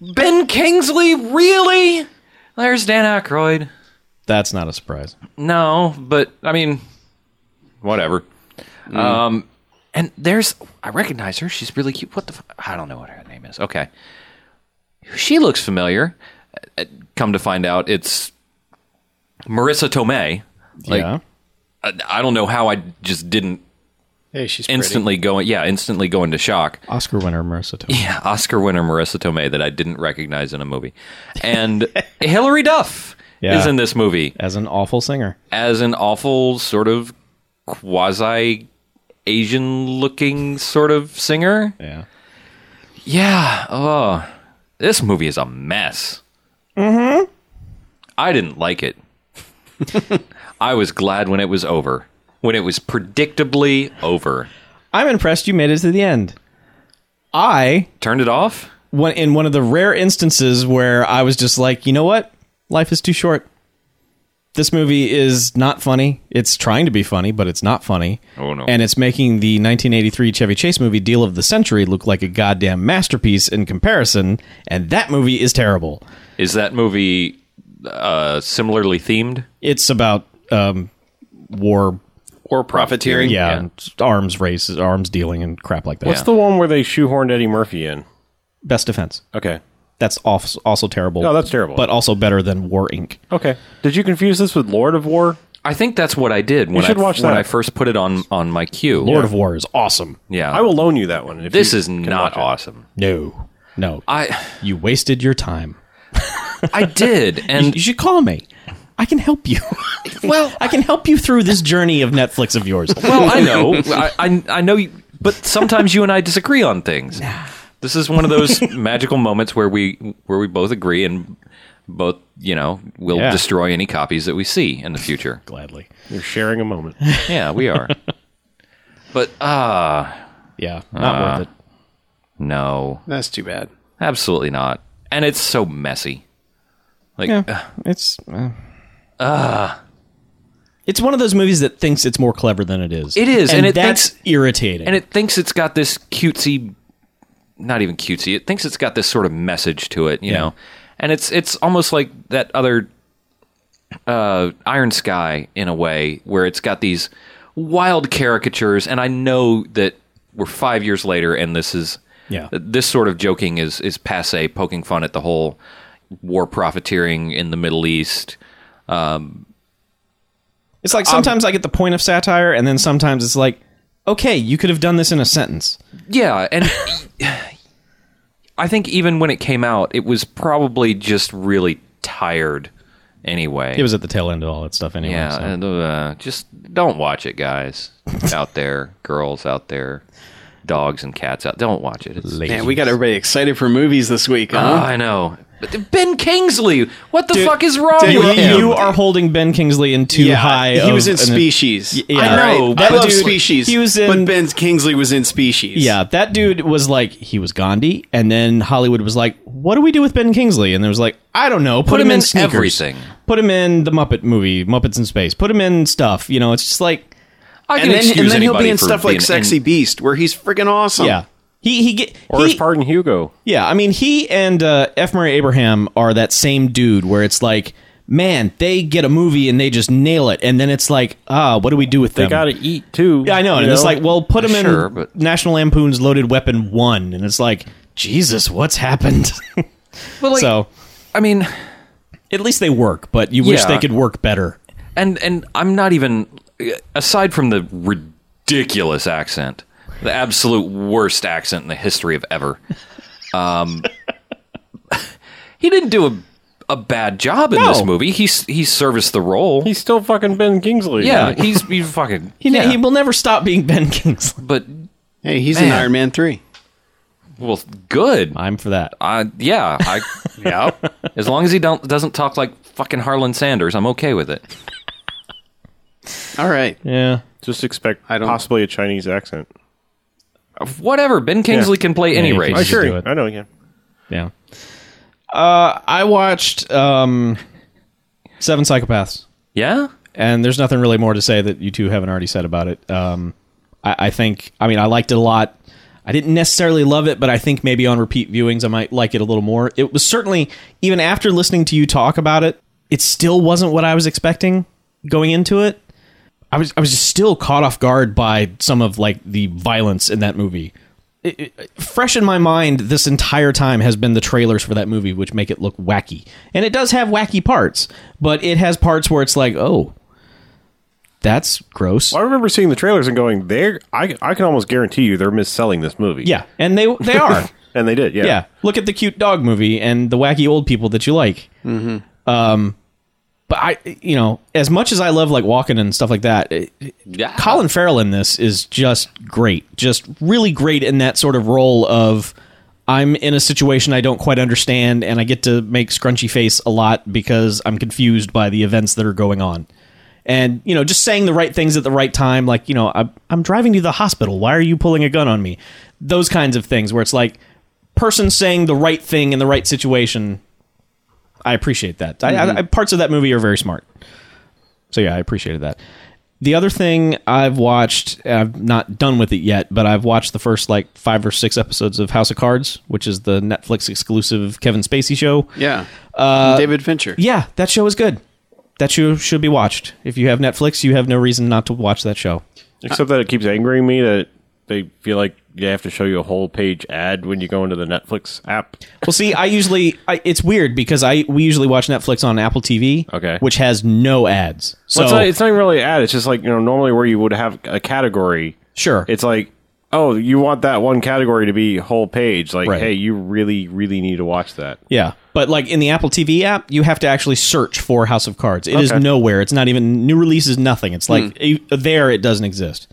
Ben Kingsley, really? There's Dan Aykroyd.
That's not a surprise.
No, but I mean, whatever.
Mm.
Um, and there's I recognize her. She's really cute. What the? Fu- I don't know what her name is. Okay, she looks familiar. Uh, uh, Come to find out, it's Marissa Tomei. Like
yeah.
I, I don't know how I just didn't
Hey, she's pretty.
instantly go. Yeah, instantly go into shock.
Oscar winner Marissa Tomei.
Yeah, Oscar winner Marissa Tomei that I didn't recognize in a movie, and Hilary Duff
Yeah.
is in this movie
As an awful singer.
as an awful sort of quasi Asian looking sort of singer.
Yeah.
Yeah. Oh, this movie is a mess. Mm hmm.
Mm-hmm.
I didn't like it. I was glad when it was over, when it was predictably over.
I'm impressed you made it to the end. I
Turned it off?
one in one of the rare instances where I was just like, you know what? Life is too short. This movie is not funny. It's trying to be funny, but it's not funny.
Oh, no.
And it's making the 1983 Chevy Chase movie Deal of the Century look like a goddamn masterpiece in comparison, and that movie is terrible.
Is that movie uh, similarly themed?
It's about um war,
Or profiteering.
yeah, and arms races, arms dealing and crap like that.
What's the one where they shoehorned Eddie Murphy in?
Best defense.
Okay.
That's also, also terrible.
No, that's terrible.
But also better than War Inc.
Okay. Did you confuse this with Lord of War?
I think that's what I did when, I,
should watch
when
that.
I first put it on, on my queue.
Lord of War is awesome.
yeah.
I will loan you that one. if
This
you
is
can
not
watch it.
awesome.
No. No.
I
you wasted your time.
I did, and
You should call me. I can help you. well, I can help you through this journey of Netflix of yours.
well, I know, I, I I know, you, but sometimes you and I disagree on things. This is one of those magical moments where we where we both agree and both you know will
Yeah.
destroy any copies that we see in the future.
Gladly.
You're sharing a moment.
yeah, we are. But ah,
Yeah. Not worth it.
no,
That's too bad.
absolutely not. And it's so messy. Like
Yeah. It's uh,
Ah.
It's one of those movies that thinks it's more clever than it is.
It is, and it
that's
thinks-
irritating.
and it thinks it's got this cutesy not even cutesy it thinks it's got this sort of message to it you
Yeah.
know and it's it's almost like that other uh, iron sky in a way where it's got these wild caricatures and i know that we're five years later and this is
Yeah.
this sort of joking is is passe poking fun at the whole war profiteering in the middle east
It's
uh,
like sometimes I get the point of satire, and then sometimes it's like, okay, you could have done this in a sentence.
Yeah, and I think even when it came out, it was probably just really tired anyway.
It was at the tail end of all that stuff anyway.
yeah,
so.
and, uh, just don't watch it, guys out there, girls out there, dogs and cats out. Don't watch it. It's,
Man, we got everybody excited for movies this week,
Oh,
huh?
I know. But Ben Kingsley, what the fuck is wrong
dude,
with
you,
him?
you are holding Ben Kingsley in too high.
He
of
was in
an-
Species.
yeah.
I know.
Right.
I
That
love
dude-
Species.
he was in-
But Ben Kingsley was in Species.
Yeah, that dude was like he was Gandhi, and then Hollywood was like, "What do we do with Ben Kingsley?" And there was like, "I don't know. Put,
Put
him,
him
in
in
sneakers.
everything.
Put him in the Muppet movie, Muppets in Space. Put him in stuff. You know, it's just like,
I can
And then, and
excuse
then he'll be
anybody
in
for
stuff
being
like Sexy Beast, where he's freaking awesome.
yeah, he he get
Or
he,
is Pardon Hugo?
Yeah, I mean, he and uh, F. Murray Abraham are that same dude where it's like, man, they get a movie and they just nail it, and then it's like, ah, what do we do with them?
They got to eat too.
yeah, I know,
you
and it's like, well, put him
Sure,
in
but-
National Lampoon's Loaded Weapon One, and it's like, Jesus, what's happened?
Well, like,
so
I mean,
At least they work, but you wish
Yeah.
they could work better.
and and I'm not even aside from the ridiculous accent, the absolute worst accent in the history of ever. Um, he didn't do a a bad job in this
No.
movie. He's he serviced the role.
He's still fucking Ben Kingsley.
yeah, he's he's fucking
He, ne-
yeah.
he will never stop being Ben Kingsley.
but
Hey, he's in
Man.
Iron Man three.
well, good.
I'm for that.
I yeah, I yeah. As long as he don't doesn't talk like fucking Harlan Sanders, I'm okay with it.
All right.
Yeah.
Just expect
I don't-
possibly a Chinese accent.
Whatever. Ben Kingsley
Yeah.
can play any
he
race.
can.
I
Just
sure.
do it.
I know. Yeah.
Yeah. Uh, I watched um, Seven Psychopaths,
Yeah.
and there's nothing really more to say that you two haven't already said about it. Um, I, I think, I mean, I liked it a lot. I didn't necessarily love it, but I think maybe on repeat viewings, I might like it a little more. It was certainly, even after listening to you talk about it, it still wasn't what I was expecting going into it. I was I was just still caught off guard by some of like the violence in that movie. It- it- fresh in my mind this entire time has been the trailers for that movie, which make it look wacky, and it does have wacky parts, but it has parts where it's like, oh, that's gross.
I remember seeing the trailers and going, "There, I, I can almost guarantee you they're mis-selling this movie."
Yeah, and they they are.
and they did. Yeah.
yeah. look at the cute dog movie and the wacky old people that you like. Mm-hmm. Um, but I, you know, as much as I love like walking and stuff like that, it-
Yeah.
Colin Farrell in this is just great, just really great in that sort of role of I'm in a situation I don't quite understand, and I get to make scrunchy face a lot because I'm confused by the events that are going on. And you know, just saying the right things at the right time, like you know, I'm, I'm driving you to the hospital. Why are you pulling a gun on me? Those kinds of things, where it's like person saying the right thing in the right situation. I appreciate that. I-
Mm-hmm.
I, I, parts of that movie are very smart. So yeah, I appreciated that. The other thing I've watched, and I've not done with it yet, but I've watched the first like five or six episodes of House of Cards, which is the Netflix exclusive Kevin Spacey show.
Yeah. David Fincher.
Yeah, that show is good. That show should be watched. If you have Netflix, you have no reason not to watch that show.
Except that it keeps angering me that they feel like they have to show you a whole page ad when you go into the Netflix app.
Well, see, I usually I, it's weird because I we usually watch Netflix on Apple TV,
Okay.
which has no ads. So
Well, it's, not, it's not even really an ad. It's just like you know normally where you would have a category.
sure,
It's like, oh, you want that one category to be whole page. Like,
Right.
hey, you really, really need to watch that.
Yeah. But like in the Apple TV app, you have to actually search for House of Cards. It is
Okay.
nowhere. It's not even new releases. Nothing. It's like eh, there it doesn't exist.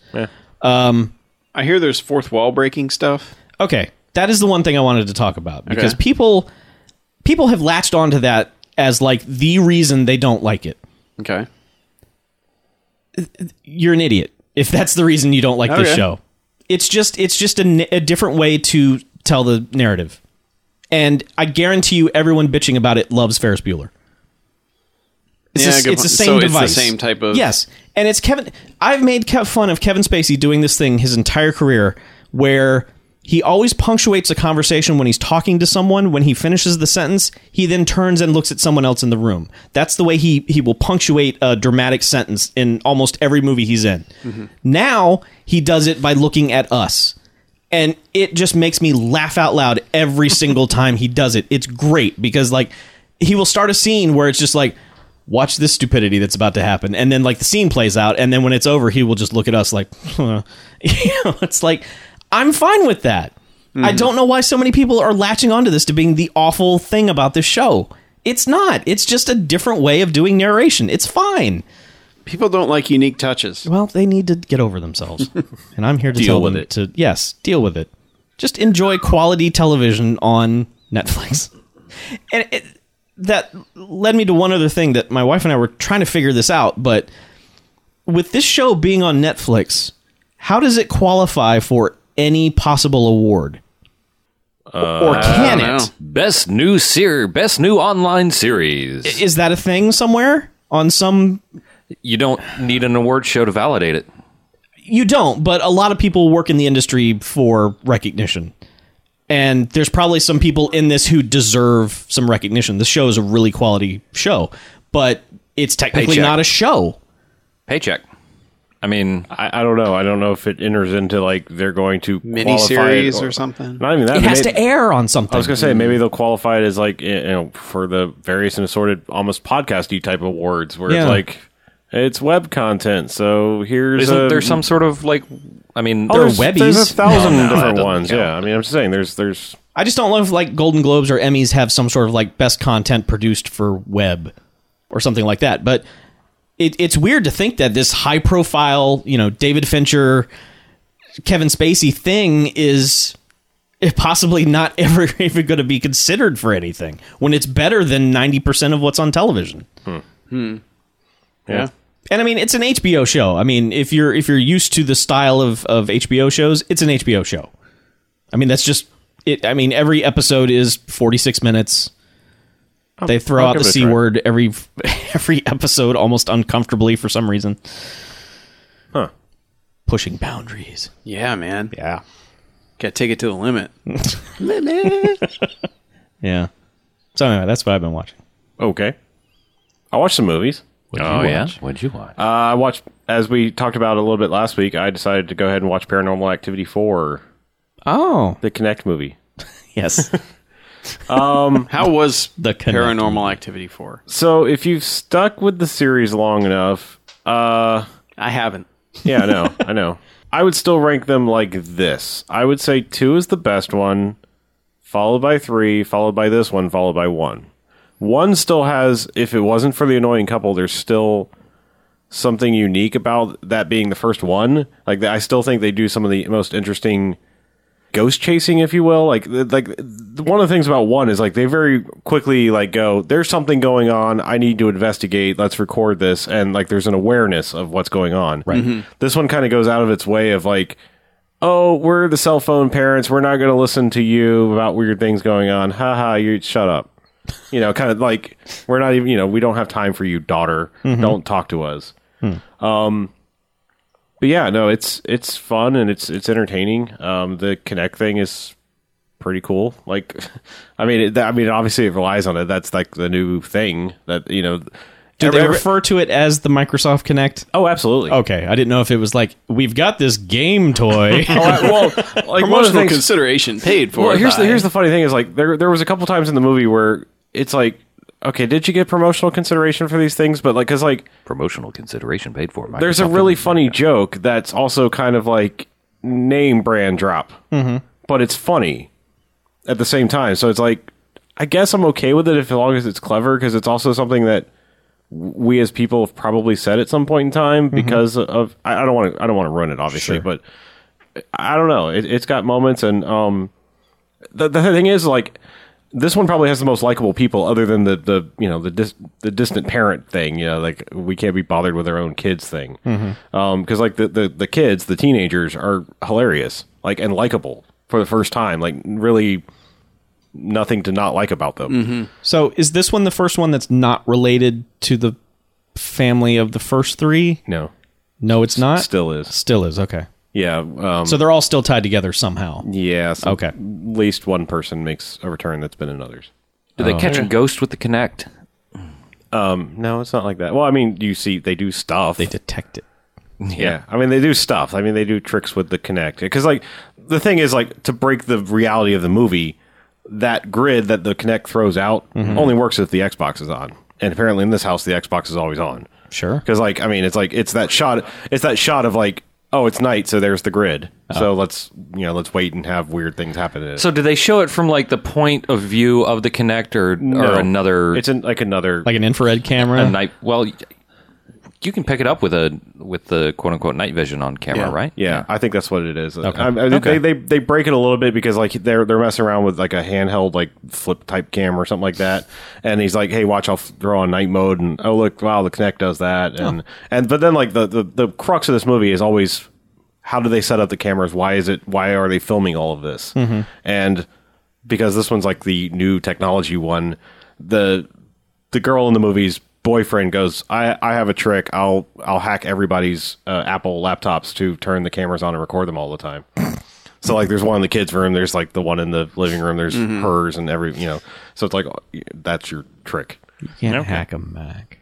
I hear there's fourth wall breaking stuff.
Okay, that is the one thing I wanted to talk about because people people have latched onto that as like the reason they don't like it.
Okay.
You're an idiot if that's the reason you don't like this
Okay.
show. It's just it's just a, n- a different way to tell the narrative. And I guarantee you, everyone bitching about it loves Ferris Bueller. It's,
Yeah,
the s-
good
it's the
point.
same
So it's the
device.
same type of-
Yes. And it's Kevin. I've made ke- fun of Kevin Spacey doing this thing his entire career where he always punctuates a conversation when he's talking to someone. When he finishes the sentence, he then turns and looks at someone else in the room. That's the way he, he will punctuate a dramatic sentence in almost every movie he's in.
Mm-hmm.
Now he does it by looking at us and it just makes me laugh out loud every single time he does it. It's great because like he will start a scene where it's just like watch this stupidity that's about to happen and then like the scene plays out and then when it's over he will just look at us like huh. you know it's like I'm fine with that. I don't know why so many people are latching onto this to being the awful thing about this show. It's not. It's just a different way of doing narration. It's fine.
People don't like unique touches.
Well, they need to get over themselves, and I'm here to
Deal
tell
with
them
it.
to yes, deal with it. Just enjoy quality television on Netflix. And it, that led me to one other thing that my wife and I were trying to figure this out, but with this show being on Netflix, how does it qualify for any possible award? or can
Uh, I don't
it?
know.
Best new ser- best new online series.
Is that a thing somewhere on some
you don't need an award show to validate it.
you don't, but a lot of people work in the industry for recognition. And there's probably some people in this who deserve some recognition. The show is a really quality show, but it's technically
Paycheck.
not a show.
Paycheck. I mean,
I, I don't know. I don't know if it enters into like they're going to qualify it
miniseries or something.
Not even that.
It has
may-
to air on something.
I was gonna say maybe they'll qualify it as like you know for the various and assorted almost podcasty type awards where
Yeah.
it's like it's web content. So here's
isn't
a,
there some sort of like? I mean,
Oh, there's,
webbies?
There's a thousand
No, no, that
different
doesn't
ones.
count.
Yeah, I mean I'm just saying there's there's
I just don't love like Golden Globes or Emmys have some sort of like best content produced for web or something like that. But it, it's weird to think that this high profile, you know, David Fincher, Kevin Spacey thing is possibly not ever even going to be considered for anything when it's better than 90% of what's on television.
yeah.
And I mean, it's an HBO show. I mean, if you're if you're used to the style of of HBO shows, it's an HBO show. I mean, that's just it. I mean, every episode is 46 minutes. They throw
I'll
out
give
the
it a
c
try.
word every every episode almost uncomfortably for some reason.
Huh.
Pushing boundaries.
Yeah, man.
Yeah.
Got to take it to the limit.
Yeah. So anyway, that's what I've been watching.
okay. I watched some movies.
oh yeah, what'd you watch?
Uh, I watched as we talked about a little bit last week. I decided to go ahead and watch Paranormal Activity four,
Oh.
the Connect movie.
Yes.
How was
The
the
Connecting.
Paranormal Activity 4?
So if you've stuck with the series long enough, uh,
I haven't.
Yeah, I know. I know. I would still rank them like this. I would say two is the best one, followed by three, followed by this one, followed by one. One still has, if it wasn't for the annoying couple, there's still something unique about that being the first one. Like I still think they do some of the most interesting ghost chasing, if you will. Like th- like th- one of the things about one is like they very quickly like go, there's something going on. I need to investigate. Let's record this, and like there's an awareness of what's going on. Right. This one kind of goes out of its way of like. Oh, we're the cell phone parents. We're not going to listen to you about weird things going on. Ha ha, you shut up. You know, kind of like we're not even, you know, we don't have time for you, daughter. Don't talk to us Um, but yeah, no, it's it's fun and it's it's entertaining. Um, the Connect thing is pretty cool. Like, I mean, it, I mean, obviously it relies on it. That's like the new thing that you know.
Do
every-
they
every-
refer to it as the Microsoft Connect?
oh, absolutely.
Okay, I didn't know if it was like we've got this game toy.
well, like one of the
Promotional
things,
consideration paid for.
Well, here's the
by-
here's the funny thing is like there there was a couple times in the movie where it's like, okay, did you get promotional consideration for these things? But like, cause like
Promotional consideration paid for.
there's a
Microsoft.
really funny joke that's also kind of like name brand drop, but it's funny at the same time. So it's like, I guess I'm okay with it if, as long as it's clever because it's also something that we as people have probably said at some point in time because of I, I don't want to I don't want to ruin it obviously, but I don't know. It, it's got moments and um, the the thing is like. This one probably has the most likable people, other than the, the you know the dis- the distant parent thing, you know, like we can't be bothered with our own kids thing, because
Mm-hmm.
like the, the the kids, the teenagers are hilarious, like and likable for the first time, like really nothing to not like about them.
Mm-hmm. So is this one the first one that's not related to the family of the first three?
No,
No, it's not.
still is.
still is okay.
Yeah, um,
So they're all still tied together somehow.
yeah. some-
Okay.
least one person makes a return that's been in others.
Do they catch a ghost with the Connect?
No, it's not like that. Well, I mean, you see, they do stuff.
They detect it.
Yeah. I mean, they do stuff. I mean, they do tricks with the Connect. Because, like, the thing is, like, to break the reality of the movie, that grid that the Connect throws out only works if the Xbox is on. And apparently, in this house, the Xbox is always on.
Sure.
Because, like, I mean, it's like it's that shot. It's that shot of like, oh, it's night, so there's the grid. So let's you know, let's wait and have weird things happen. In it.
So do they show it from like the point of view of the Connect or, or another?
It's an, like another.
Like an infrared camera.
a night. Well, y- you can pick it up with a with the quote unquote night vision on camera, right?
Yeah, I think that's what it is. I, I, They, they they break it a little bit because like they're they're messing around with like a handheld like flip type cam or something like that, and he's like, "Hey, watch, I'll f- throw on night mode," and oh look, wow, the Kinect does that, and and but then like the, the the crux of this movie is always how do they set up the cameras? Why is it? Why are they filming all of this? And because this one's like the new technology one, the the girl in the movie's boyfriend goes, "I I have a trick. I'll I'll hack everybody's uh, Apple laptops to turn the cameras on and record them all the time." so like, there's one in the kids' room. There's like the one in the living room. There's
Mm-hmm.
hers and every you know. So it's like that's your trick.
Can't hack a Mac.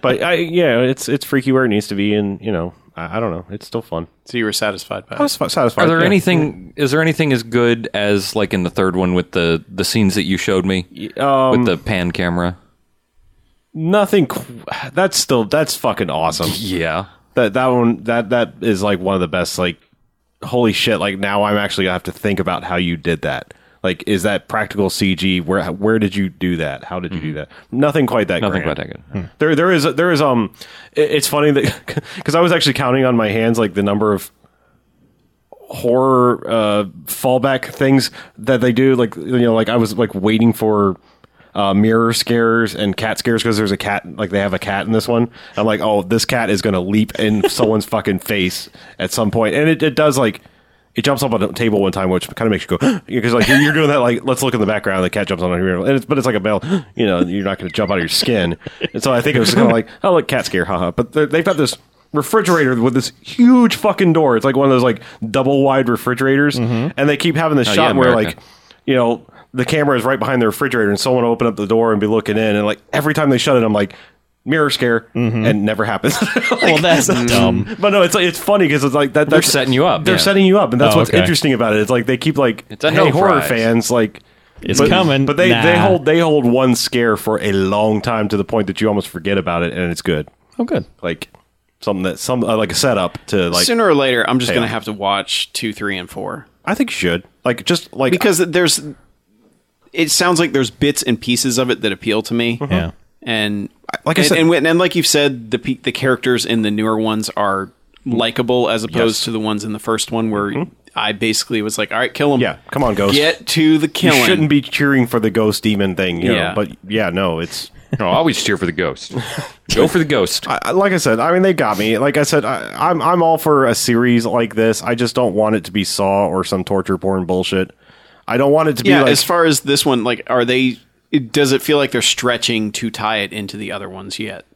but I, yeah, it's it's freaky where it needs to be, and you know, I, I don't know, it's still fun.
So you were satisfied by
I
it.
was fu- satisfied.
Are there
yeah.
anything? Is there anything as good as like in the third one with the the scenes that you showed me
Um,
with the pan camera?
nothing. qu- That's still that's fucking awesome.
Yeah,
that that one that that is like one of the best like holy shit like now i'm actually gonna have to think about how you did that like is that practical cg where where did you do that how did you do that nothing quite that
Mm-hmm. nothing
grand. Hmm.
quite that good.
there there is there is um it- it's funny that because i was actually counting on my hands like the number of horror uh fallback things that they do like you know like i was like waiting for uh mirror scares and cat scares because there's a cat like they have a cat in this one i'm like oh this cat is gonna leap in someone's fucking face at some point and it, it does like it jumps up on a table one time, which kind of makes you go because like you're doing that like let's look in the background. The cat jumps on a mirror, and it's, but it's like a bell. You know, you're not going to jump out of your skin. And so I think it was kind of like oh look, cat scare, haha. But they- they've got this refrigerator with this huge fucking door. It's like one of those like double wide refrigerators, and they keep having this shot
yeah,
where
America.
like you know the camera is right behind the refrigerator, and someone will open up the door and be looking in, and like every time they shut it, I'm like mirror scare, and never happens.
well, that's dumb.
But no, it's like it's funny because it's like that. They're
setting you up,
They're
yeah.
setting you up, and that's
Oh,
what's
okay.
interesting about it. It's like they keep like
a
hey
no
horror
prize.
fans like
It's
but-
coming.
But they
Nah.
they hold they hold one scare for a long time to the point that you almost forget about it, and it's good.
Oh, good.
Like something that some uh, like a setup to like.
Sooner or later, I'm just
Hey.
going to have to watch two, three, and four
I think you should like just like
because there's. It sounds like there's bits and pieces of it that appeal to me.
Yeah.
and
Like
like
Mm-hmm. I
I and,
said-
and, when- and like you've said, the pe- the characters in the newer ones are likable as opposed to the ones in the first one where I basically was like, all right, kill him.
Mm-hmm. yeah. Come on, ghost.
get to the
you
killing.
shouldn't be cheering for the ghost demon thing. You yeah,
Yeah.
know? but yeah, no, it's.
No, always cheer for the ghost. Go for the ghost.
I- I- like I said, I mean, they got me. Like I said, I, I'm I'm all for a series like this. I just don't want it to be Saw or some torture porn bullshit. I don't want it to be
yeah.
like
as far as this one, like, are they? it- Does it feel like they're stretching to tie it into the other ones yet?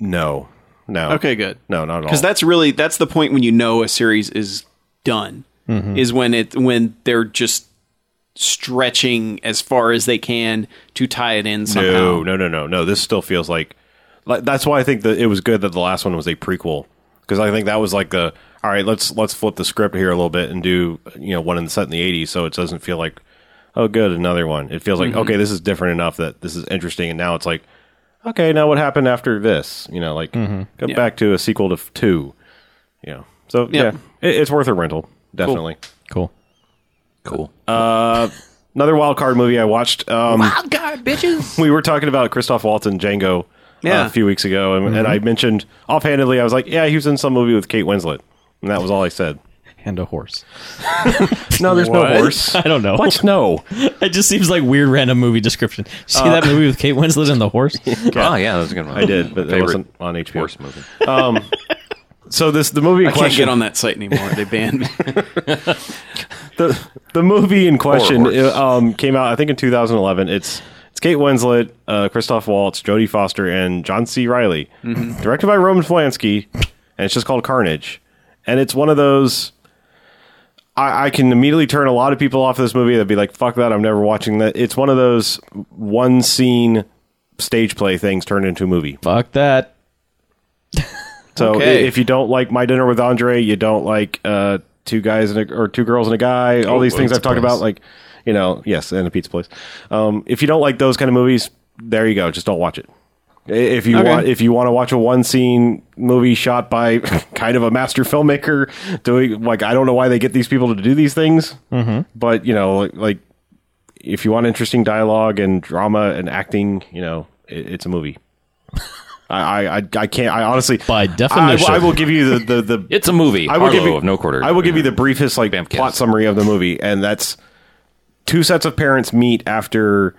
no, no.
Okay, good.
No, not at all.
Because that's really that's the point when you know a series is done
Mm-hmm.
is when it when they're just stretching as far as they can to tie it in somehow.
no, no, no, no, no. This still feels like, like that's why I think that it was good that the last one was a prequel because I think that was like the all right. Let's let's flip the script here a little bit and do you know one in the set in the '80s, so it doesn't feel like oh good another one. It feels like okay, this is different enough that this is interesting, and now it's like okay, now what happened after this? You know, like go back to a sequel to f- two. You know, so
Yep.
yeah, it, it's worth a rental definitely.
Cool.
Cool.
Another wild card movie I watched. Um, wild card bitches. We were talking about Christoph Waltz and Django uh,
Yeah.
a few weeks ago, and, and I mentioned offhandedly, I was like, "Yeah, he was in some movie with Kate Winslet," and that was all I said.
And a horse.
No, there's
What?
no horse.
I don't know.
What? No.
It just seems like weird random movie description. See that movie with Kate Winslet and the horse?
Oh yeah, that was a good one.
I did, but it
Favorite
wasn't on HBO.
Worst movie.
So this the movie in
I can't
question.
get on that site anymore. They banned me.
the the movie in question
horse.
uh, um, came out, I think, in 2011. It's it's Kate Winslet, uh, Christoph Waltz, Jodie Foster, and John C. Riley, directed by Roman Polanski, and it's just called Carnage, and it's one of those. I, I can immediately turn a lot of people off this movie. They'd be like, "Fuck that! I'm never watching that." It's one of those one scene stage play things turned into a movie.
Fuck that.
So
Okay.
i- if you don't like My Dinner with Andre, you don't like uh, two guys and a, or two girls and a guy.
Oh,
All these things I've talked about, like you know, yes, and a pizza place. Um, if you don't like those kind of movies, there you go. Just don't watch it. I- If you
Okay.
want, if you want to watch a one scene movie shot by kind of a master filmmaker doing like I don't know why they get these people to do these things,
Mm-hmm.
but you know, like, like if you want interesting dialogue and drama and acting, you know, it, it's a movie. I, I I- I can't. I honestly,
By
I- I will-
definition.
I, will give you the the, the
It's a movie.
I will give
Harlow
you
of no quarter.
I will give you the briefest like
Bamcast.
plot summary of the movie, and that's two sets of parents meet after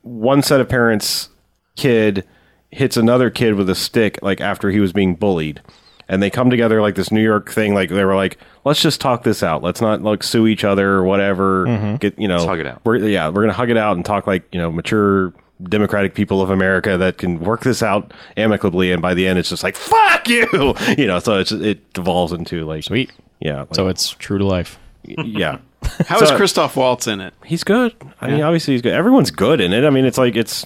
one set of parents kid hits another kid with a stick like after he was being bullied and they come together like this new york thing like they were like let's just talk this out let's not like sue each other or whatever
Mm-hmm.
get you know
hug it out.
we're, yeah we're gonna hug it out and talk like you know mature democratic people of america that can work this out amicably and by the end it's just like fuck you you know so it's it devolves into like
Sweet.
yeah like,
So it's true to life.
yeah
How is
So-
Christoph Waltz in it?
he's good. I mean, obviously he's good. Everyone's good in it. I mean, it's like it's.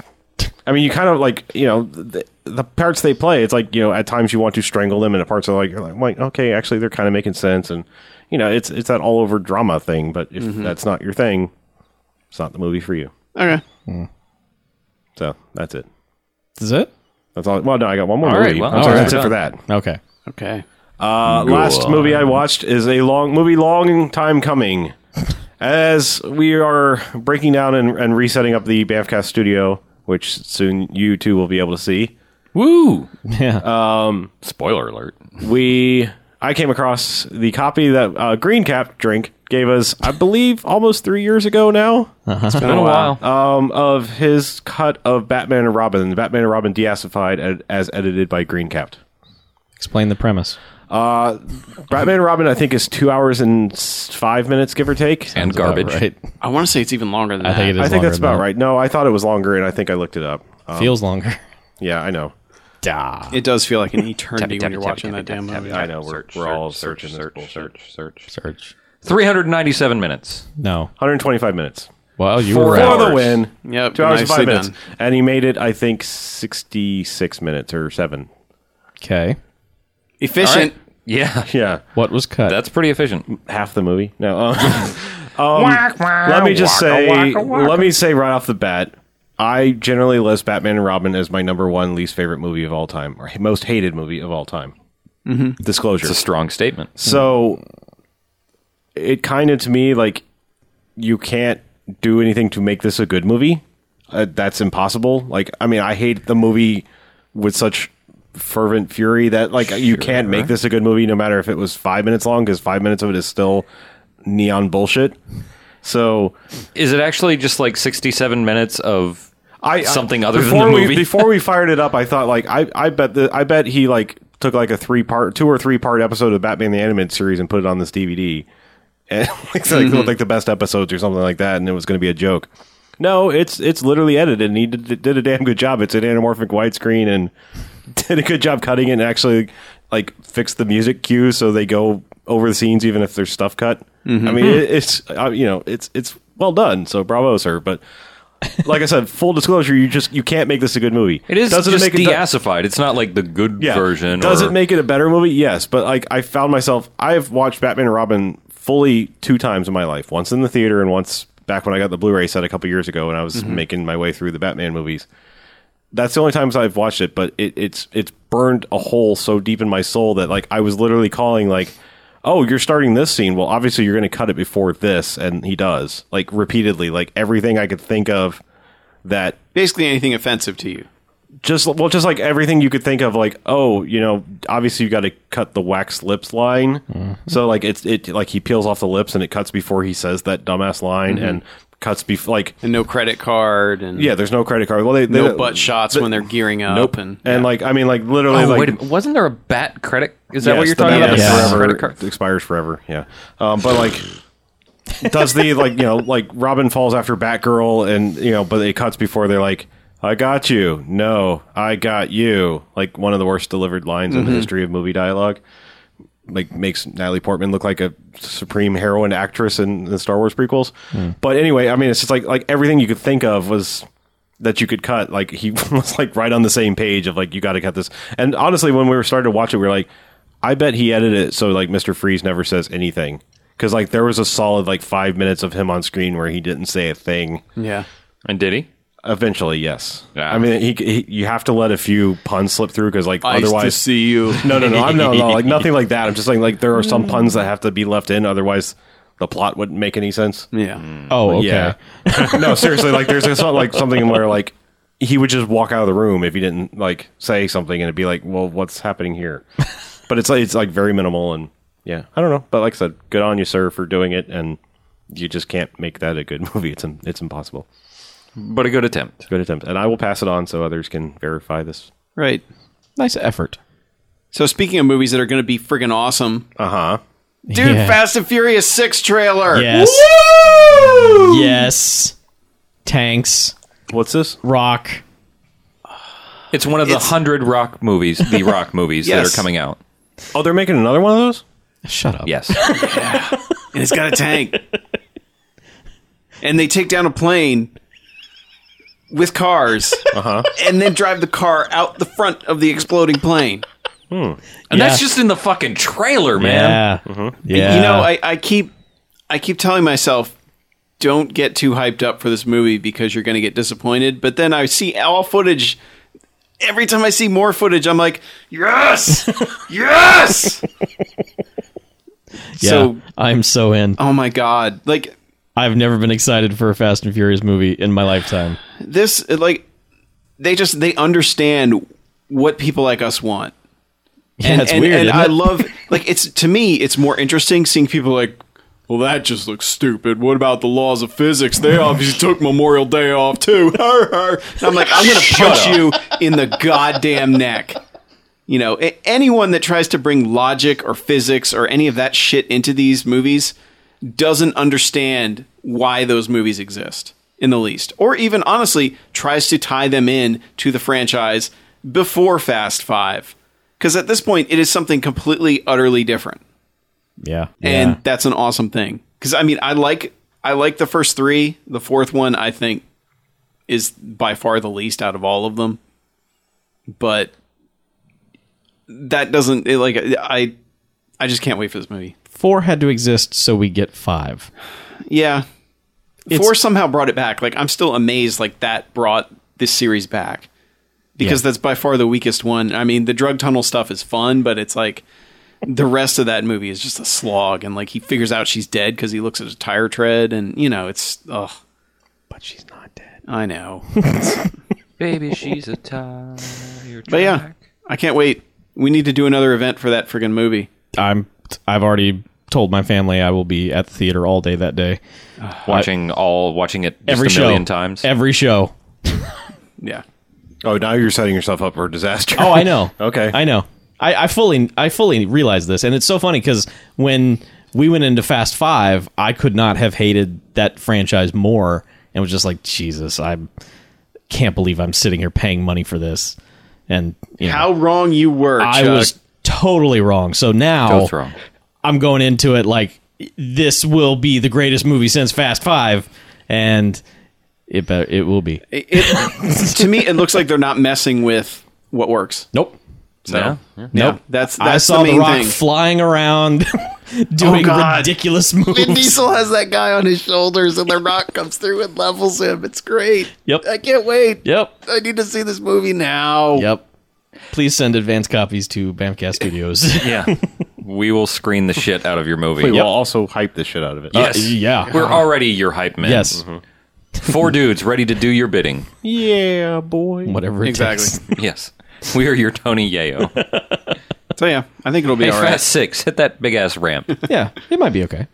I mean, you kind of like you know. th- the parts they play, it's like you know at times you want to strangle them, and the parts are like you're like, like okay, actually they're kind of making sense, and you know it's it's that all over drama thing. But if
Mm-hmm.
that's not your thing, it's not the movie for you.
Okay.
So that's it.
Is it?
That's all. Well, no, I got one more
All right,
movie.
well,
I'm
all
sorry,
right.
that's it for that.
Okay.
Okay.
Uh, last movie
um,
I watched is a long movie, long time coming. As we are breaking down and, and resetting up the Bamfcast studio, which soon you two will be able to see, Um,
Woo!
Yeah.
Spoiler alert.
we I came across the copy that uh, Green Cap Drink gave us, I believe, almost three years ago now.
It's been a while.
um, of his cut of Batman and Robin, Batman and Robin deassified ed- as edited by Green Cap.
Explain the premise.
Batman and Robin, I think, is two hours and s- five minutes, give or take.
and garbage.
Right.
I want to say it's even longer than
I
that.
think it is.
I think
longer
that's
than
about
that.
right. No, I thought it was longer, and I think I looked it up. Uh,
Feels longer.
yeah, I know.
Duh.
It does feel like an eternity when you're watching that damn movie.
I know. We're, we're all searching this bullshit.
search.
Search.
397 minutes.
No.
125 minutes
Well, you
Four
for
were right.
hours.
the win.
Yep,
two hours and
nicely
five minutes,
done.
and he made it. I think 66 minutes or seven.
Okay.
Efficient.
Yeah,
Yeah,
What was cut?
that's pretty efficient.
half the movie. No. uh, um, let me just say. Let me say right off the bat. I generally list Batman and Robin as my number one least favorite movie of all time, or most hated movie of all time. Disclosure:
It's a strong statement.
So it kind of to me like you can't do anything to make this a good movie. Uh, that's impossible. Like I mean, I hate the movie with such fervent fury that like you can't make this a good movie no matter if it was 5 minutes long cuz 5 minutes of it is still neon bullshit. So
Is it actually just like 67 minutes of
I I-
something other than
before
the
we-
movie?
before we fired it up, I thought like I I bet the I bet he like took like a three part, two or three part episode of Batman the Animated Series and put it on this DVD, and it's like
Mm-hmm.
with, like the best episodes or something like that, and it was going to be a joke. No, it's it's literally edited, and he did, did a damn good job. It's an anamorphic widescreen, and did a good job cutting it, and actually like fixed the music cues so they go over the scenes even if there's stuff cut.
Mm-hmm.
I mean,
Hmm.
it, it's uh, you know it's it's well done, so bravo, sir. But like I said, full disclosure, you just you can't make this a good movie.
It is
Doesn't
just
it make it
deassified. it's not like the good version.
Does
or,
it make it a better movie? Yes, but like I found myself, I've watched Batman and Robin fully two times in my life. Once in the theater and once back when I got the Blu-ray set a couple years ago, when I was making my way through the Batman movies. That's the only times I've watched it, but it, it's it's burned a hole so deep in my soul that like I was literally calling like, "Oh, you're starting this scene. Well, obviously you're going to cut it before this," and he does like repeatedly, like everything I could think of that
Basically, anything offensive to you.
just well, just like everything you could think of, like oh, you know, obviously you got to cut the wax lips line. So like it's it like he peels off the lips and it cuts before he says that dumbass
Mm-hmm.
line and cuts before like
And no credit card and
yeah, there's no credit card. Well, they, they
no butt shots when they're gearing up.
Nope. Eh,
And,
And, like I mean, like literally,
Oh,
like,
wait a minute. Wasn't there a bat credit? Is that what
Yes,
you're
the
talking
ban
about?
is
Yeah.
The
Yes.
credit
forever
card.
expires forever. Yeah, um, but like, does the like you know like Robin falls after Batgirl and you know, but it cuts before they're like, "I got you." No, I got you. Like one of the worst delivered lines in
Mm-hmm.
the history of movie dialogue. Like makes Natalie Portman look like a supreme heroine actress in the Star Wars prequels. But anyway, I mean, it's just like like everything you could think of was that you could cut. Like he was like right on the same page of like you got to cut this. And honestly, when we were starting to watch it, we were like, I bet he edited it so like Mister Freeze never says anything because like there was a solid like five minutes of him on screen where he didn't say a thing.
yeah.
And did he?
Eventually, yes.
Yeah.
I mean, he, he you have to let a few puns slip through because like
Nice to
otherwise
see you.
no, no, no. I'm no, no, like nothing like that. I'm just saying like there are some puns that have to be left in, otherwise the plot wouldn't make any sense.
Yeah.
Oh, okay.
Yeah. no, seriously, like there's a, like something where like he would just walk out of the room if he didn't like say something, and it'd be like, well, what's happening here? But it's like it's like very minimal, and yeah, I don't know. But like I said, good on you, sir, for doing it, and you just can't make that a good movie. It's it's impossible.
But a good attempt.
Good attempt, and I will pass it on so others can verify this.
Right.
Nice effort.
So, speaking of movies that are going to be friggin' awesome,
Uh huh.
dude,
Yeah.
Fast and Furious 6 trailer.
Yes. Yes. Tanks.
What's this?
Rock.
It's one of the
It's-
hundred rock movies, the rock movies that
Yes.
are coming out.
Oh, they're making another one of those.
Shut up.
Yes.
And it's got a tank. and they take down a plane. with cars and then drive the car out the front of the exploding plane.
And that's
Yeah.
just in the fucking trailer, man.
Yeah.
Mm-hmm.
Yeah.
You know, I, I keep I keep telling myself don't get too hyped up for this movie because you're going to get disappointed. But then I see all footage. Every time I see more footage, I'm like, yes, yes.
Yeah.
So,
I'm so in.
oh my god! Like
I've never been excited for a Fast and Furious movie in my lifetime.
this, like they just they understand what people like us want.
Yeah, it's
and,
weird.
And
isn't
I
it?
love like it's to me, it's more interesting seeing people like. Well, that just looks stupid. What about the laws of physics? They obviously took Memorial Day off too. Har, har. And I'm like, I'm gonna punch you in the goddamn neck. You know, a- anyone that tries to bring logic or physics or any of that shit into these movies doesn't understand why those movies exist in the least, or even honestly tries to tie them in to the franchise before Fast Five. Because at this point, it is something completely, utterly different,
yeah.
and
Yeah.
that's an awesome thing. Because I mean, I like I like the first three. The fourth one, I think, is by far the least out of all of them. But that doesn't it, like I I just can't wait for this movie.
four had to exist, so we get five.
Yeah. Four somehow brought it back. Like I'm still amazed like that brought this series back. Because that's by far the weakest one. I mean, the drug tunnel stuff is fun, but it's like the rest of that movie is just a slog and like he figures out she's dead cuz he looks at a tire tread and you know, it's ugh,
But she's not dead.
I know.
Baby, she's a tire.
but yeah, I can't wait. We need to do another event for that friggin' movie.
I'm. I've already told my family I will be at the theater all day that day.
watching all watching it just
Every
a million
show.
times.
Every show.
Yeah.
Oh, now you're setting yourself up for disaster.
Oh, I know.
Okay.
I know. I, I fully I fully realize this, and it's so funny because when we went into Fast Five, I could not have hated that franchise more, and was just like, Jesus, I can't believe I'm sitting here paying money for this, and you know,
How wrong you were, Chuck.
I was totally wrong. So now
Both wrong.
I'm going into it like this will be the greatest movie since Fast Five, and it better, it will be.
It- it, to me it looks like they're not messing with what works.
Nope.
So, yeah.
Nope.
That's that's
I saw
the,
the,
main
Rock
thing.
flying around, doing
God.
ridiculous moves.
Oh, Vin Diesel has that guy on his shoulders, and the rock comes through and levels him. It's great.
Yep.
I can't wait. Oh.
Yep.
I need to see this movie now.
Yep. Please send advance copies to Bamcast Studios.
Yeah. we will screen the shit out of your movie.
We'll uh, also hype the shit out of it. Uh,
Yes.
yeah.
We're already your hype man.
yes.
Four dudes ready to do your bidding.
yeah, boy.
Whatever it
Exactly.
takes.
Yes. We are your Tony Yayo. hey,
So yeah, I think it'll be all
Fast
right.
Six, hit that big ass ramp.
Yeah. It might be okay.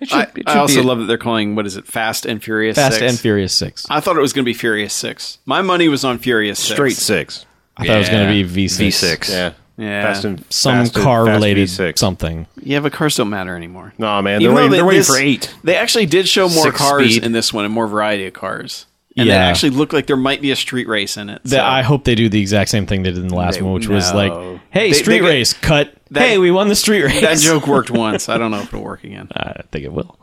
It should,
I,
it should
I also
be-
love that they're calling what is it, Fast and Furious?
Fast
six.
and Furious 6. I
I thought it was going to be Furious Six. My money was on Furious Six.
Straight six.
thought it was going to
Yeah.
be V6.
V6.
Yeah.
Fast and
Some
Fast and-
car
Fast
related
V6.
something.
Yeah, but cars don't matter anymore.
Nah, man, they're
Even though
waiting,
they-
they're waiting
this-
for eight.
They actually did show more
Six
cars
speed.
in this one and more variety of cars, and that
Yeah.
actually looked like there might be a street race in it.
That
so-
I hope they do the exact same thing they did in the last
They-
one, which was
no.
like, hey,
They-
street
they-
race, cut.
That-
hey, we won the street race.
that joke worked once. I don't know if it'll work again.
I think it will.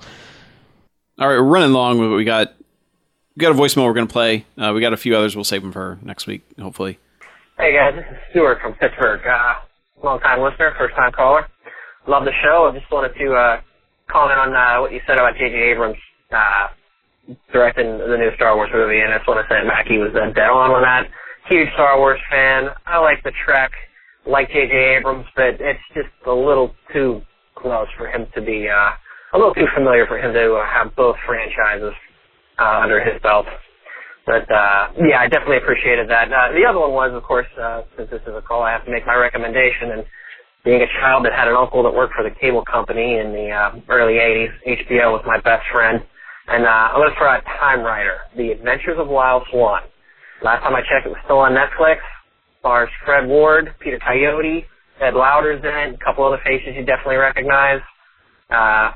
All right, we're running long with what we got. We got a voicemail we're going to play. Uh, we got a few others. We'll save them for next week, hopefully.
Hey guys, this is Stuart from Pittsburgh. Uh, long time listener, first time caller. Love the show. I just wanted to uh, comment on uh, what you said about J.J. Abrams uh, directing the new Star Wars movie, and I just want to say Mackie was uh, dead on with that. Huge Star Wars fan. I like the Trek, like J.J. Abrams, but it's just a little too close for him to be uh, a little too familiar for him to uh, have both franchises uh, under his belt. But uh, yeah, I definitely appreciated that. Uh, the other one was, of course, uh, since this is a call, I have to make my recommendation. And being a child that had an uncle that worked for the cable company in the uh, early '80s, HBO was my best friend. And uh, I'm going to throw out Time Rider: The Adventures of Lyle Swan. Last time I checked, it was still on Netflix. Stars Fred Ward, Peter Coyote, Ed Lauder's in it, a couple other faces you definitely recognize uh,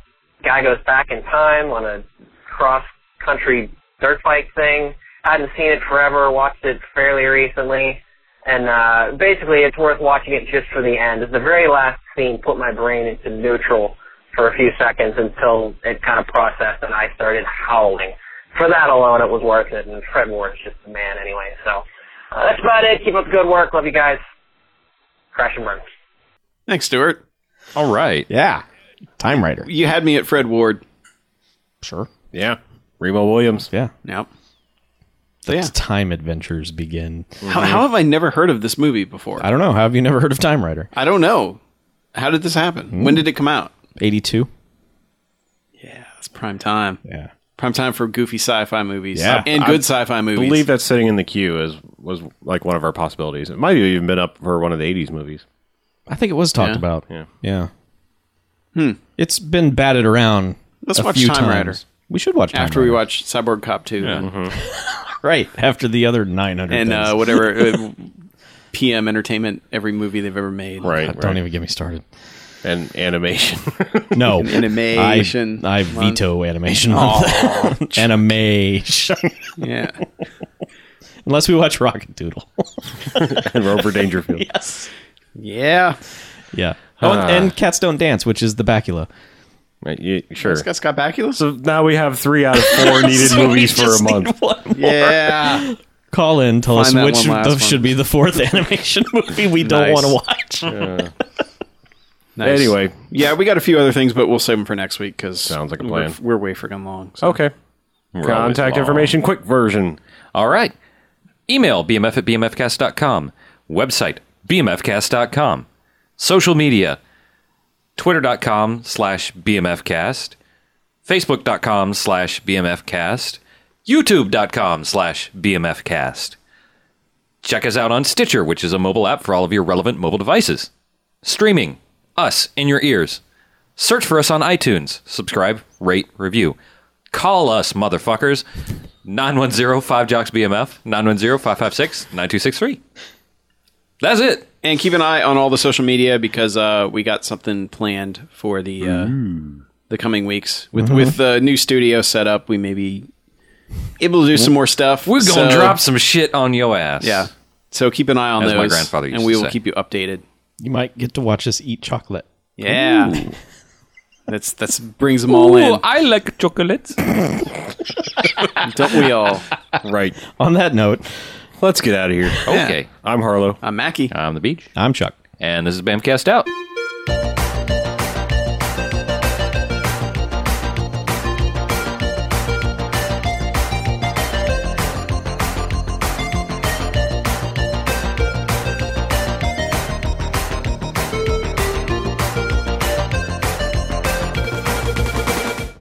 guy goes back in time on a cross country dirt bike thing. Hadn't seen it forever, watched it fairly recently. And uh, basically, it's worth watching it just for the end. The very last scene put my brain into neutral for a few seconds until it kind of processed and I started howling. for that alone, it was worth it. And Fred Ward's just the man anyway. So uh, that's about it. Keep up the good work. Love you guys. Crash and burn.
Thanks, Stuart.
All right.
Yeah.
Time Rider.
You had me at Fred Ward.
Sure.
Yeah. Remo Williams.
Yeah.
Nope.
That's time adventures begin.
How, how have I never heard of this movie before?
Mm-hmm. I don't know. How have you never heard of Time Rider?
I don't know. How did this happen?
Mm-hmm.
When did it come out?
82?
Yeah, it's prime time.
Yeah.
Prime time for goofy sci-fi movies.
Yeah.
and
I
good sci-fi
I
movies.
believe that's sitting in the queue as was like one of our possibilities. It might have even been up for one of the 80s movies.
I think it was talked
Yeah.
about.
Yeah.
Yeah. It's been batted around.
Hmm. Let's
a
watch
few
Time
times.
Rider.
We should watch Time
after we
Rider.
watch Cyborg Cop Two
right after the other nine hundred
and uh, whatever uh, PM Entertainment, every movie they've ever made.
Right.
Don't even get me started.
And animation.
No
Animation.
I, I
Month.
veto animation. month. animation.
Yeah.
Unless we watch Rocket Doodle.
and Rover Dangerfield.
yeah.
yeah. Oh, and, and Cats Don't Dance, which is the Bacula.
Right, you- sure.
It's got Scott Bakula.
So now we have three out of four needed
So we
movies for a
just
month.
need one more.
Yeah.
Call in, tell
Find
us
that
which
one last
the-
one.
should be the fourth animation movie we don't
Nice.
want to watch.
Nice.
Anyway,
Yeah, we got a few other things, but we'll save them for next week because
Sounds like a
we're,
plan.
we're way freaking long. So.
okay. Contact
long.
information, quick version.
All right. Email bmf at bmfcast.com. Website bmfcast.com. Social media twitter.com slash bmfcast. Facebook.com slash bmfcast. YouTube.com slash bmfcast. Check us out on Stitcher, which is a mobile app for all of your relevant mobile devices. Streaming, us in your ears. Search for us on iTunes. Subscribe, rate, review. Call us, motherfuckers. 910 5 Jocks BMF, 910 556 9263. That's it.
And keep an eye on all the social media because uh, we got something planned for the uh,
Mm.
the coming weeks with
Mm-hmm.
with the new studio set up. We may be able to do some more stuff.
We're going
So-
to drop some shit on your ass.
Yeah. So keep an eye on
As
those.
my grandfather used
and we
to
will
say.
keep you updated.
You might get to watch us eat chocolate.
Yeah. That's that's brings them all in.
I like chocolate.
Don't we all?
Right.
On that note,
Let's get out of here.
Okay.
I'm Harlow.
I'm Mackie.
I'm the beach.
I'm Chuck.
And this is Bamcast out.